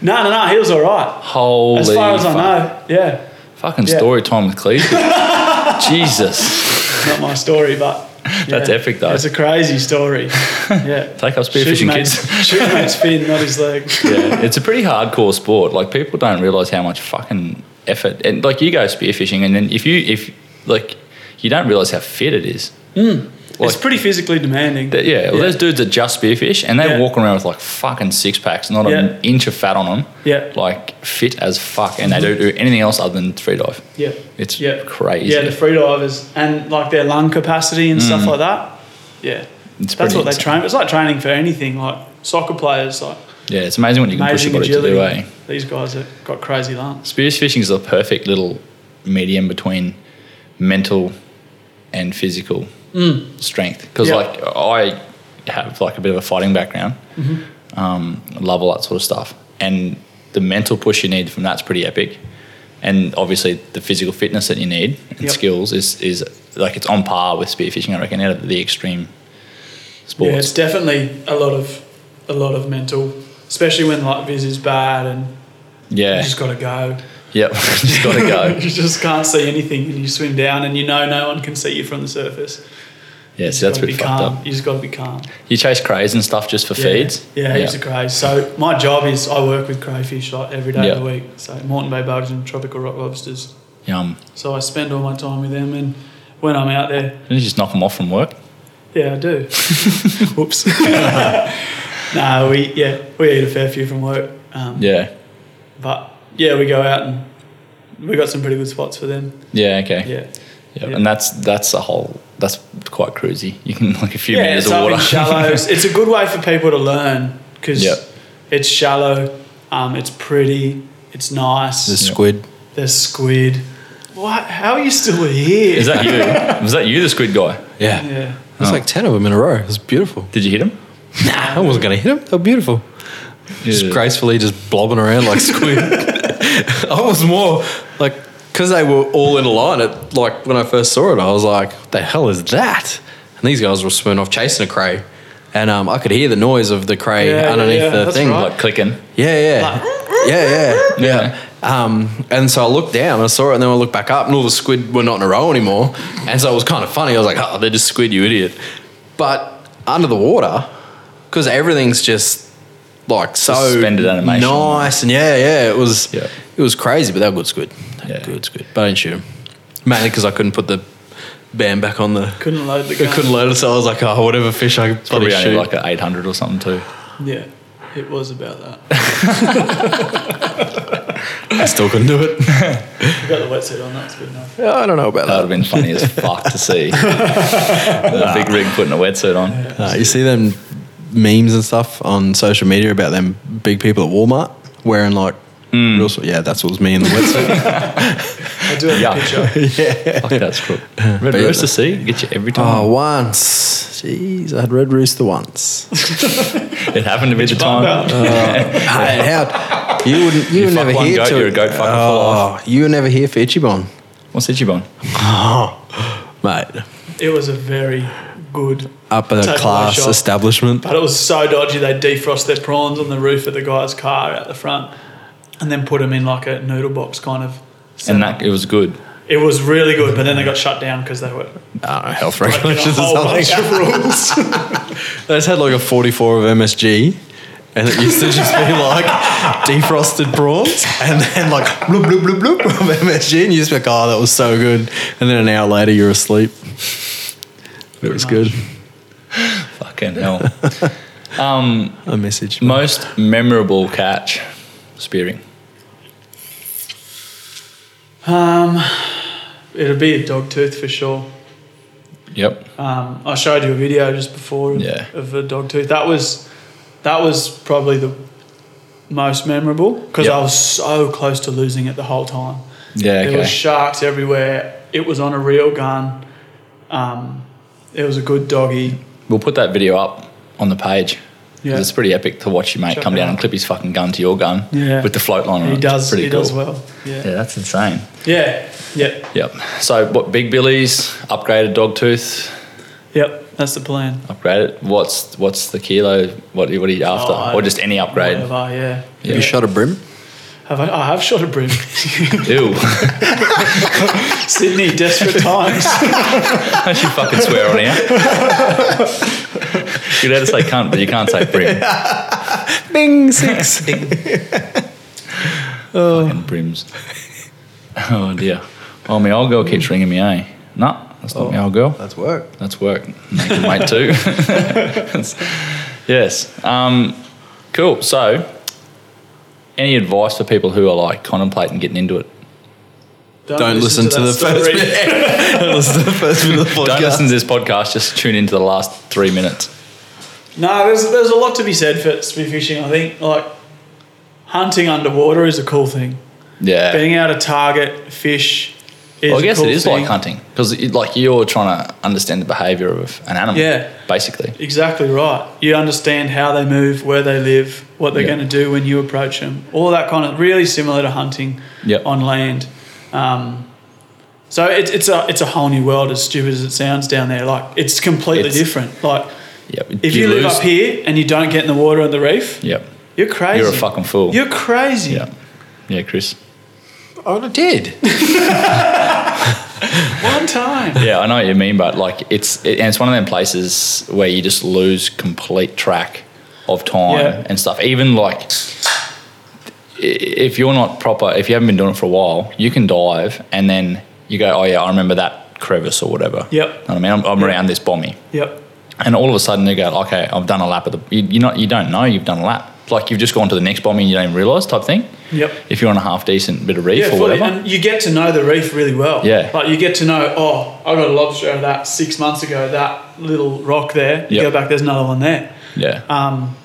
No, no, no, he was all right. Holy As far as fuck. I know, yeah. Fucking Yeah. story time with [LAUGHS] Cleese. Jesus. not my story, but [LAUGHS] That's yeah. epic, though. It's a [LAUGHS] crazy story. Yeah, Take up Shoot spearfishing, mate's- kids. Shoot [LAUGHS] mate's fin, not his leg. yeah, it's a pretty hardcore sport. Like people don't realize how much fucking effort and like you go spearfishing and then if you if like you don't realize how fit it is. it's pretty physically demanding. That- yeah, well, those dudes that just spearfish and they Yeah. walk around with like fucking six packs, not Yeah. an inch of fat on them. Yeah. like fit as fuck, and they don't do anything else other than free dive. yeah, It's yeah, crazy. Yeah, the freedivers and like their lung capacity and stuff like that. Yeah, Mm. It's that's pretty what they insane. train. It's like training for anything. Like soccer players, like Yeah, it's amazing what you can push amazing your body agility. to do. Eh? These guys have got crazy lungs. Spearfishing is the perfect little medium between mental and physical strength. Because Mm. Yeah. like I have like a bit of a fighting background, Mm-hmm. um, love all that sort of stuff, and the mental push you need from that's pretty epic, and obviously the physical fitness that you need and Yep. skills is is like it's on par with spearfishing. I reckon out of the extreme sports. Yeah, it's definitely a lot of a lot of mental, especially when like viz is bad and yeah, you just got to go. yep, [LAUGHS] just gotta go. [LAUGHS] you just can't see anything and you swim down and you know no one can see you from the surface. Yeah, You so that's gotta a bit be fucked calm. up. You just got to be calm. You chase crays and stuff just for Yeah. feeds. Yeah, heaps of craze. So my job is I work with crayfish like every day of the Yeah. week. So Moreton Bay bugs and tropical rock lobsters. Yum. So I spend all my time with them and when I'm out there, Didn't you just knock them off from work? yeah, [LAUGHS] I do. [LAUGHS] Whoops. no, we yeah we eat a fair few from work. Um, Yeah. But yeah, we go out and we got some pretty good spots for them. Yeah. Okay. Yeah. Yeah. yeah. And that's that's a whole that's quite cruisy. You can like a few meters it's of up water. in shallows. it's a good way for people to learn because Yep. it's shallow, um, it's pretty, it's nice. The squid. There's squid. What? How are you still [LAUGHS] here? Is that you? Was that you, the squid guy? Yeah. yeah. Oh. There's like 10 of them in a row. It was beautiful. Did you hit him? Nah, I wasn't going to hit them. They were beautiful. Just Yeah. gracefully just blobbing around like [LAUGHS] squid. [LAUGHS] I was more like, because they were all in a line, it, like when I first saw it, I was like, what the hell is that? And these guys were swimming off chasing a cray. And um, I could hear the noise of the cray Yeah, yeah, underneath yeah, the that's thing. right. Like clicking. Yeah, yeah. yeah, yeah, yeah. Um, and so I looked down and I saw it, and then I looked back up, and all the squid were not in a row anymore. And so it was kind of funny. I was like, oh, they're just squid, you idiot. But under the water, because everything's just like so Suspended animation. nice, and yeah, yeah, it was Yeah. it was crazy, but they were good squid. They were Yeah. Good squid. But I didn't shoot them. Mainly because I couldn't put the band back on the. Couldn't load the I gun. [LAUGHS] couldn't load it, so I was like, oh, whatever fish I could bloody Probably only shoot. like an eight hundred or something too. Yeah. It was about that. I still couldn't do [LAUGHS] it. You've got the wetsuit on, that's good enough. I don't know about That that. would have been funny [LAUGHS] as fuck to see. the big rig putting a wetsuit on. Uh, you see them memes and stuff on social media about them big people at Walmart wearing like real. s- Yeah, that's what was me in the [LAUGHS] wetsuit. I do [LAUGHS] have Yeah. a picture. Fuck, that's cool. Red But yeah, Rooster see get you every time. oh, once. Jeez, I had Red Rooster [LAUGHS] once. it happened to be the time. Hey, how, you wouldn't. You, You were fuck never one here goat, to. you're a goat fucking full oh, you were never here for Ichiban, What's Ichiban? mate. It was a very good Upper takeaway class shop. establishment. But it was so dodgy. They defrost their prawns on the roof of the guy's car out the front, and then put them in like a noodle box kind of. And setup. that it was good. it was really good, but then they got shut down because they were I don't know health breaking [LAUGHS] a regulations or whole bunch something. of rules. They just had like a forty-four of MSG. And it used to just be like defrosted prawns and then like bloop, bloop, bloop, bloop of MSG. And you just be like, oh, that was so good. And then an hour later, you're asleep. It was good. Fucking hell. um, A message. most memorable catch spearing. um, it'd be a dog tooth for sure. Yep. Um, I showed you a video just before of, Yeah. of a dog tooth. That was that was probably the most memorable because Yep. I was so close to losing it the whole time. Yeah. There Okay. was sharks everywhere. It was on a real gun. Um, it was a good doggy. We'll put that video up on the page. 'Cause Yeah. It's pretty epic to watch your mate Check come it down out. and clip his fucking gun to your gun Yeah. with the float line on it. He It's does. pretty He cool. does well. Yeah. Yeah, that's insane. Yeah. Yep. Yep. So, what big billies, upgraded dog tooth, Yep. That's the plan. upgraded. What's what's the kilo? What what are you after? Oh, I- or just any upgrade? Whatever. Yeah. You shot a brim? Have I, I have shot a brim. [LAUGHS] Ew! Sydney, desperate times. [LAUGHS] Don't you fucking swear on here. You're allowed to say cunt, but you can't say brim. [LAUGHS] Bing, six. [LAUGHS] Fucking brims. Oh dear. Oh, my old girl keeps ringing me, eh? No, that's not my Oh. old girl. That's work. That's work. Making mate [LAUGHS] too. yes. Um, cool. So, any advice for people who are like contemplating getting into it? Don't listen to the that first story. bit. Listen to the first bit of the Don't listen podcast. to this podcast. Just tune into the last three minutes. No, there's there's a lot to be said for spearfishing. I think like hunting underwater is a cool thing. Yeah. Being able to target fish. Is well, I a guess cool it is thing. like hunting because like you're trying to understand the behavior of an animal. Yeah. Basically. Exactly right. You understand how they move, where they live, what they're Yeah. going to do when you approach them. All that kind of really similar to hunting Yep. on land. Um, so it, it's a it's a whole new world. As stupid as it sounds down there, like it's completely It's- different. Like Yep. if you, live up here and you don't get in the water at the reef, Yep. you're crazy. You're a fucking fool. You're crazy. yeah. Yeah, Chris. Oh, I [LAUGHS] did. One time. Yeah, I know what you mean, but like it's it, and it's one of them places where you just lose complete track of time Yeah. and stuff. Even like i- if you're not proper, if you haven't been doing it for a while, you can dive and then you go, oh yeah, I remember that crevice or whatever. Yep. Know what I mean, I'm, I'm around this bommy, Yep. and all of a sudden you go, okay, I've done a lap of the. You, you're not, you don't know you've done a lap. Like you've just gone to the next bommy and you don't even realise type thing. Yep. If you're on a half decent bit of reef Yeah, or fully. whatever. And you get to know the reef really well. Yeah. Like you get to know, oh, I got a lobster out of that six months ago, that little rock there. You Yep. go back, there's another one there. yeah. Um,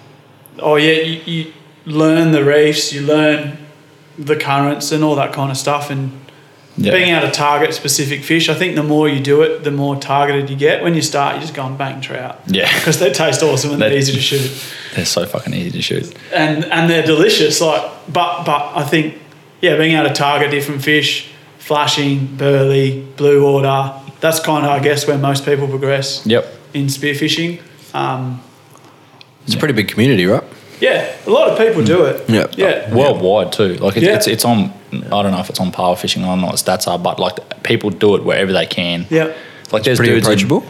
oh, yeah, you, you learn the reefs, you learn the currents and all that kind of stuff. And yeah. being able to target specific fish, I think the more you do it, the more targeted you get. When you start, you just go and bang trout. Yeah. Because they taste awesome and they're They- easy to shoot. They're so fucking easy to shoot. and and they're delicious. Like, but but I think yeah, being able to target different fish, flashing, burley, blue water. That's kind of I guess where most people progress Yep. in spearfishing. Um, It's a pretty big community, right? yeah, a lot of people do it. Mm. Yep. Yeah. worldwide too. Like it's, Yeah. it's it's on. I don't know if it's on power fishing or not. Stats are, but like people do it wherever they can. Yep. Like there's pretty dudes in- approachable.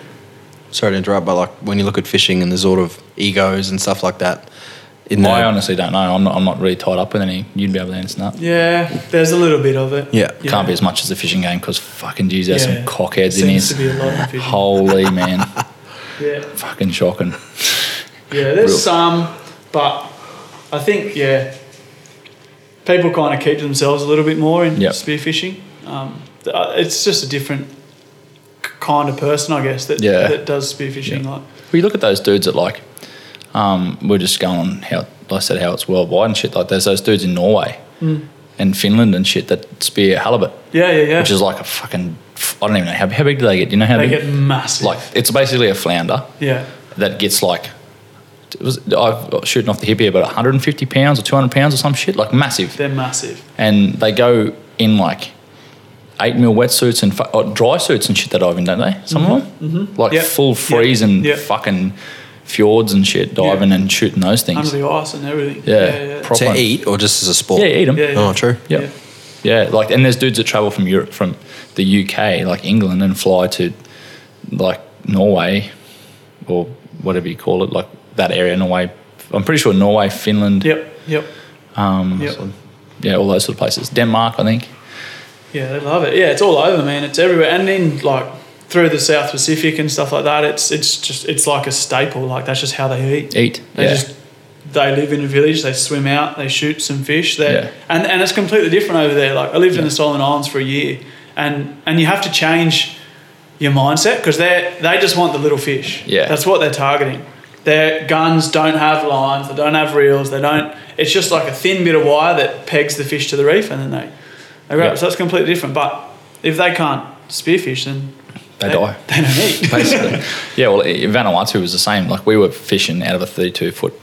Sorry to interrupt, but like when you look at fishing and the sort of egos and stuff like that, in the, I honestly don't know. I'm not. I'm not really tied up with any. You'd be able to answer that. Yeah. There's a little bit of it. Yeah. Can't be as much as the fishing game because fucking geez, there's Yeah. some cockheads in Seems to here. be a lot in fishing. Holy man, [LAUGHS] Yeah. fucking shocking. Yeah. There's Real- some, but I think yeah. people kind of keep to themselves a little bit more in Yep. spearfishing. Um, th- uh, it's just a different k- kind of person, I guess, that Yeah. that does spearfishing. Yeah. Like, We look at those dudes that like, um, we're just going on how like I said how it's worldwide and shit. Like there's those dudes in Norway and Finland and shit that spear halibut, yeah, Hmm. yeah, yeah. which is like a fucking I don't even know how, how big do they get? Do you know how they big? get massive. like it's basically a flounder yeah, that gets like. It was, I'm shooting off the hip here, but 150 pounds or 200 pounds or some shit, like massive they're massive. and they go in like eight mil wetsuits and fu- oh, dry suits and shit that diving, don't they? Some Mm-hmm. of them, like Yep. full freeze and Yep. fucking fjords and shit diving and shooting those Under things. the ice and everything. Yeah, yeah. proper. To eat or just as a sport? Yeah, eat them. Yeah, yeah. Oh, true. Yep. Yeah. Yeah. like and there's dudes that travel from Europe, from the UK, like England, and fly to like Norway or whatever you call it, like that area, Norway. I'm pretty sure Norway, Finland, Yep, yep. um, Yep. yeah, all those sort of places. Denmark, I think. Yeah, they love it. Yeah, it's all over, man. It's everywhere, and then like through the South Pacific and stuff like that. It's it's just it's like a staple. Like that's just how they eat. Eat. They yeah. just they live in a village. They swim out. They shoot some fish. They Yeah. and and it's completely different over there. Like I lived in the Solomon Islands for a year, and and you have to change your mindset because they they just want the little fish. Yeah. that's what they're targeting. Their guns don't have lines. They don't have reels. They don't. It's just like a thin bit of wire that pegs the fish to the reef, and then they they grab. Yeah. it. So that's completely different. But if they can't spearfish, then They die. They [LAUGHS] don't eat. basically. yeah, well, i- Vanuatu was the same. Like we were fishing out of a 32 foot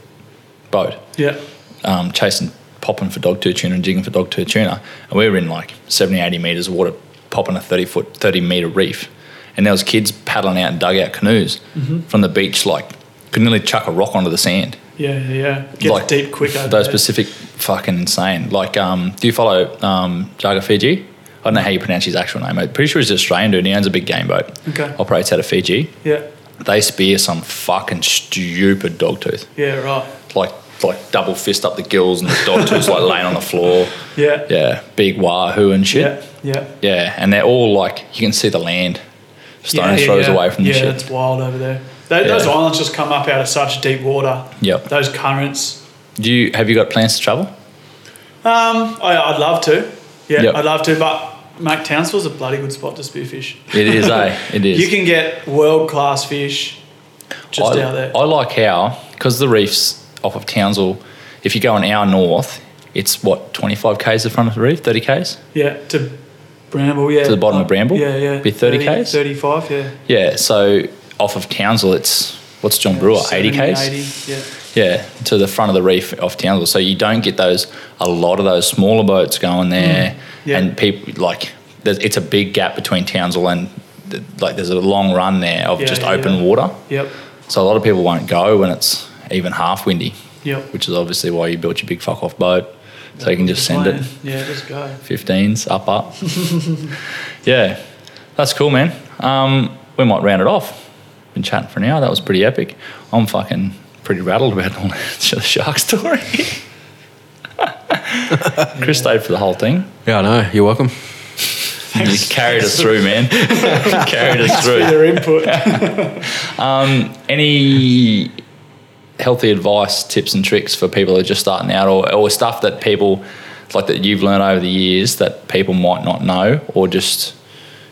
boat, yeah, um, chasing, popping for dog tuna tuna and jigging for dog tuna tuna. And we were in like 70, 80 metres of water, popping a 30 foot, 30 metre reef. And there was kids paddling out in dugout canoes Mm-hmm. from the beach, like could nearly chuck a rock onto the sand. yeah, yeah, yeah. Gets deep quick. over Those there. Pacific fucking insane. Like, um, do you follow um, Jaga Fiji? I don't know how you pronounce his actual name. I'm pretty sure he's an Australian dude. and He owns a big game boat. Okay. Operates out of Fiji Yeah, they spear some fucking stupid dog tooth, yeah, right. like like double fist up the gills, and the dog tooth's like laying on the floor. Yeah. yeah, big wahoo and shit. Yeah, yeah. Yeah, and they're all like you can see the land, stones yeah, throws yeah. away from yeah, the shit. that's wild over there. Tho- Yeah. Those islands just come up out of such deep water. Yep. Those currents. Do you have you got plans to travel? Um, I, I'd love to. Yeah, Yep. I'd love to, but mate, Townsville's a bloody good spot to spearfish. It is, eh? It is. You can get world class fish just I, out there. I like how because the reefs off of Townsville, if you go an hour north, it's what twenty five k's in front of the reef, thirty k's. yeah, to Bramble. Yeah, To the bottom of Bramble? Yeah, yeah. Be 30 Ks? Thirty-five. Yeah. Yeah, so off of Townsville, it's what's John Brewer, eighty 70, k's. 80, yeah. Yeah, to the front of the reef off Townsville. So you don't get those a lot of those smaller boats going there, Mm. yeah. and people like there's, it's a big gap between Townsville and th- like there's a long run there of Yeah, just yeah, open yeah. water. Yep. So a lot of people won't go when it's even half windy, Yep. which is obviously why you built your big fuck off boat so you can just send it Yeah, just go. 15s up up. [LAUGHS] yeah, that's cool, man. Um, we might round it off. Been chatting for an hour. That was pretty epic. I'm fucking pretty rattled about all [LAUGHS] that sh- shark story. [LAUGHS] Chris stayed for the whole thing. Yeah, I know. You're welcome. You carried us through, man. [LAUGHS] carried us through. [LAUGHS] Their input. Any healthy advice, tips, and tricks for people who are just starting out, or, or stuff that people like that you've learned over the years that people might not know, or just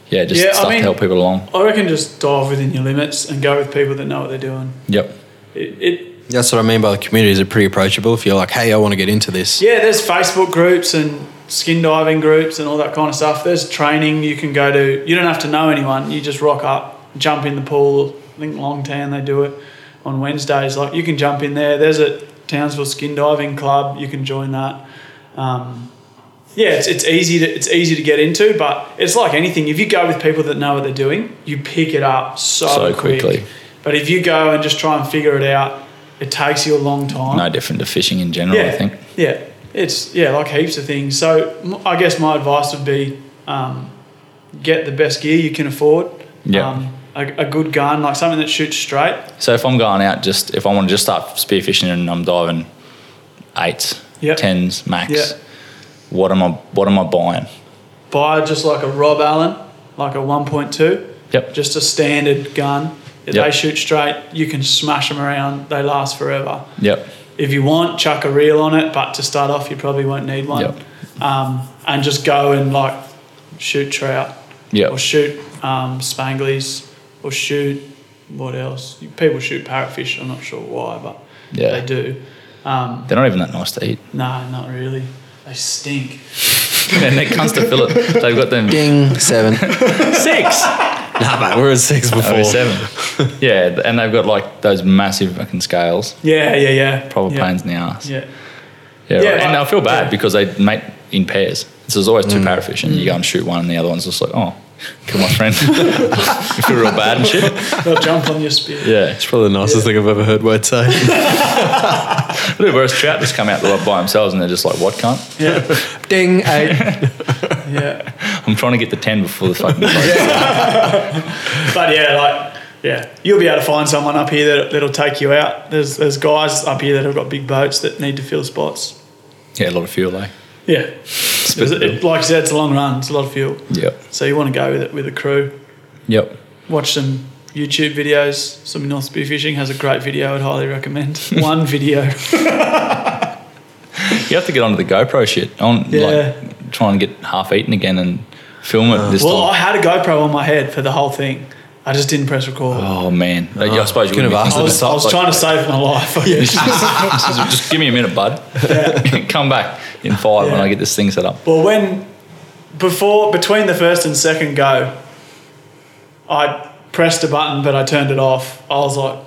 yeah, just Yeah, I stuff mean- to help people along. I reckon just dive within your limits and go with people that know what they're doing. Yep. It, it That's what I mean by the communities are pretty approachable. If you're like, hey, I want to get into this. Yeah, there's Facebook groups and skin diving groups and all that kind of stuff. There's training you can go to. You don't have to know anyone. You just rock up, jump in the pool. I think Longtan they do it on Wednesdays. Like you can jump in there. There's a Townsville skin diving club. You can join that. Um, yeah, it's, it's easy to it's easy to get into, but it's like anything. If you go with people that know what they're doing, you pick it up so, So quick. quickly. But if you go and just try and figure it out, it takes you a long time. no different to fishing in general, yeah, I think. Yeah, it's yeah, like heaps of things. So m- I guess my advice would be um, get the best gear you can afford. Yeah. Um, a, a good gun, like something that shoots straight. So if I'm going out, just if I want to just start spearfishing and I'm diving eights, Yep. tens max, Yeah. what am I what am I buying? Buy just like a Rob Allen, like a 1.2. Yep. Just a standard gun. If Yep. They shoot straight. You can smash them around. They last forever. Yep. If you want, chuck a reel on it, but to start off, you probably won't need one. Um, and just go and like shoot trout Yep. or shoot um, spanglies or shoot what else? People shoot parrotfish. I'm not sure why, but Yeah. they do. Um, They're not even that nice to eat. [LAUGHS] nah, not really. They stink. and it comes to Philip. They've got them Ding, seven. Six. [LAUGHS] nah, mate, we're at six before. oh, [LAUGHS] seven. yeah, and they've got like those massive fucking scales. Yeah, yeah, yeah. Proper yeah. pains in the ass. Yeah. Yeah, Yeah, right. and I- I feel bad yeah. Mm. because they mate in pairs. So there's always two parrotfish, and you go and shoot one, and the other one's just like, oh, kill my [LAUGHS] friend. you feel real bad and shit. They'll jump on your spear. Yeah, It's probably the nicest thing I've ever heard Wade say. [LAUGHS] But whereas trout just come out the lot by themselves, and they're just like, what cunt? Yeah. Ding, eight. yeah. I'm trying to get the ten before the [LAUGHS] fucking. But yeah, like yeah, you'll be able to find someone up here that, that'll take you out. There's there's guys up here that have got big boats that need to fill spots. yeah, a lot of fuel, eh? Yeah, It's- it- like I said, it's a long run. It's a lot of fuel. Yep. So you want to go with it with a crew. Yep. Watch some YouTube videos. Some North Spear Fishing has a great video. I'd highly recommend [LAUGHS] one video. You have to get onto the GoPro shit. On Yeah. Uh, like try and get half eaten again and film it this Well, I time. had a GoPro on my head for the whole thing. I just didn't press record. oh man, Like, yeah, I suppose you couldn't wouldn't have be- asked I was, I was Like, trying to save my life. I guess. just, just give me a minute, bud. [LAUGHS] Come back in five when Yeah. I get this thing set up. Well, when before between the first and second go, I pressed a button, but I turned it off. I was like,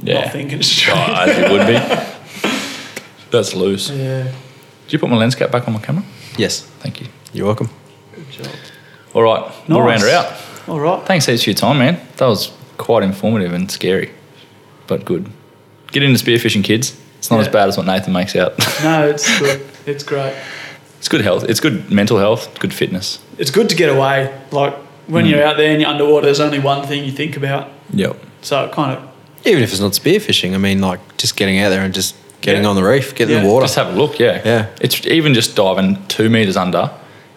Yeah. not thinking straight. Oh, as it would be. That's loose. Did Yeah, you put my lens cap back on my camera? yes. Thank you. You're welcome. good job. All right, we'll round her Nice. out. All right. Thanks heaps for your time, man. That was quite informative and scary, but good. Get into spearfishing, kids. It's not Yeah. as bad as what Nathan makes out. [LAUGHS] No, it's good. It's great. it's good health. It's good mental health. It's good fitness. It's good to get away. Like when you're out there and you're underwater, there's only one thing you think about. Yep. So it kind of Even if it's not spearfishing, I mean, like just getting out there and just getting Yeah. on the reef, getting in Yeah. the water. Just have a look, yeah. Yeah. It's even just diving two meters under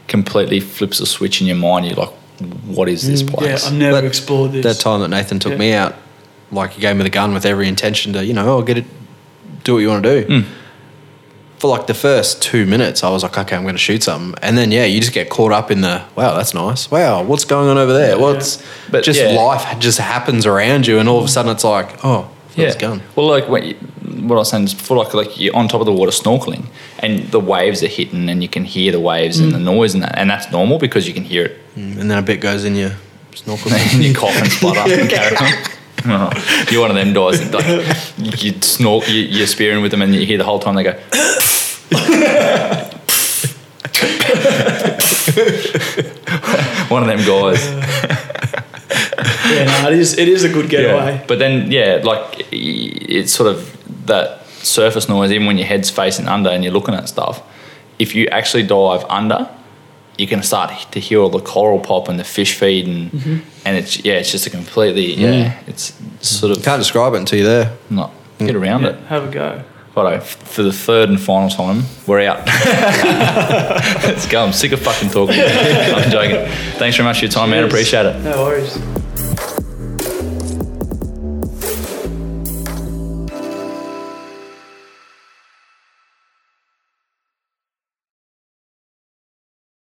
completely flips a switch in your mind. You're like, what is this Mm. yeah, place? I've never That- explored this. That time that Nathan took Yeah. me out, like he gave me the gun with every intention to, you know, I'll get it, do what you want to do. Mm. For like the first two minutes, I was like, okay, I'm going to shoot something, and then yeah, you just get caught up in the wow, that's nice. Wow, what's going on over there? What's But, just yeah. life just happens around you, and all of a sudden it's like, oh, yeah. it's gone. Well, like when you, what I was saying is before, like, like you're on top of the water snorkeling and the waves are hitting and you can hear the waves Mm. and the noise and that. And that's normal because you can hear it. And then a bit goes in your snorkel. and [LAUGHS] you cough and splutter and carry [LAUGHS] on. Oh, you're one of them guys that [LAUGHS] like, you snort, you, you're spearing with them and you hear the whole time they go, [LAUGHS] one of them guys. yeah, no, it is. It is a good getaway. But then, yeah, like i- it's sort of that surface noise, even when your head's facing under and you're looking at stuff. If you actually dive under, you can start h- to hear all the coral pop and the fish feed, and Mm-hmm. and it's yeah, it's just a completely yeah, it's sort of Can't describe it until you're there. not get around Mm. Yeah, it. have a go. Righto, f- for the third and final time, we're [LAUGHS] out. Let's go. I'm sick of fucking talking. I'm joking. Thanks very much for your time, man. Cheers. Appreciate it. No worries.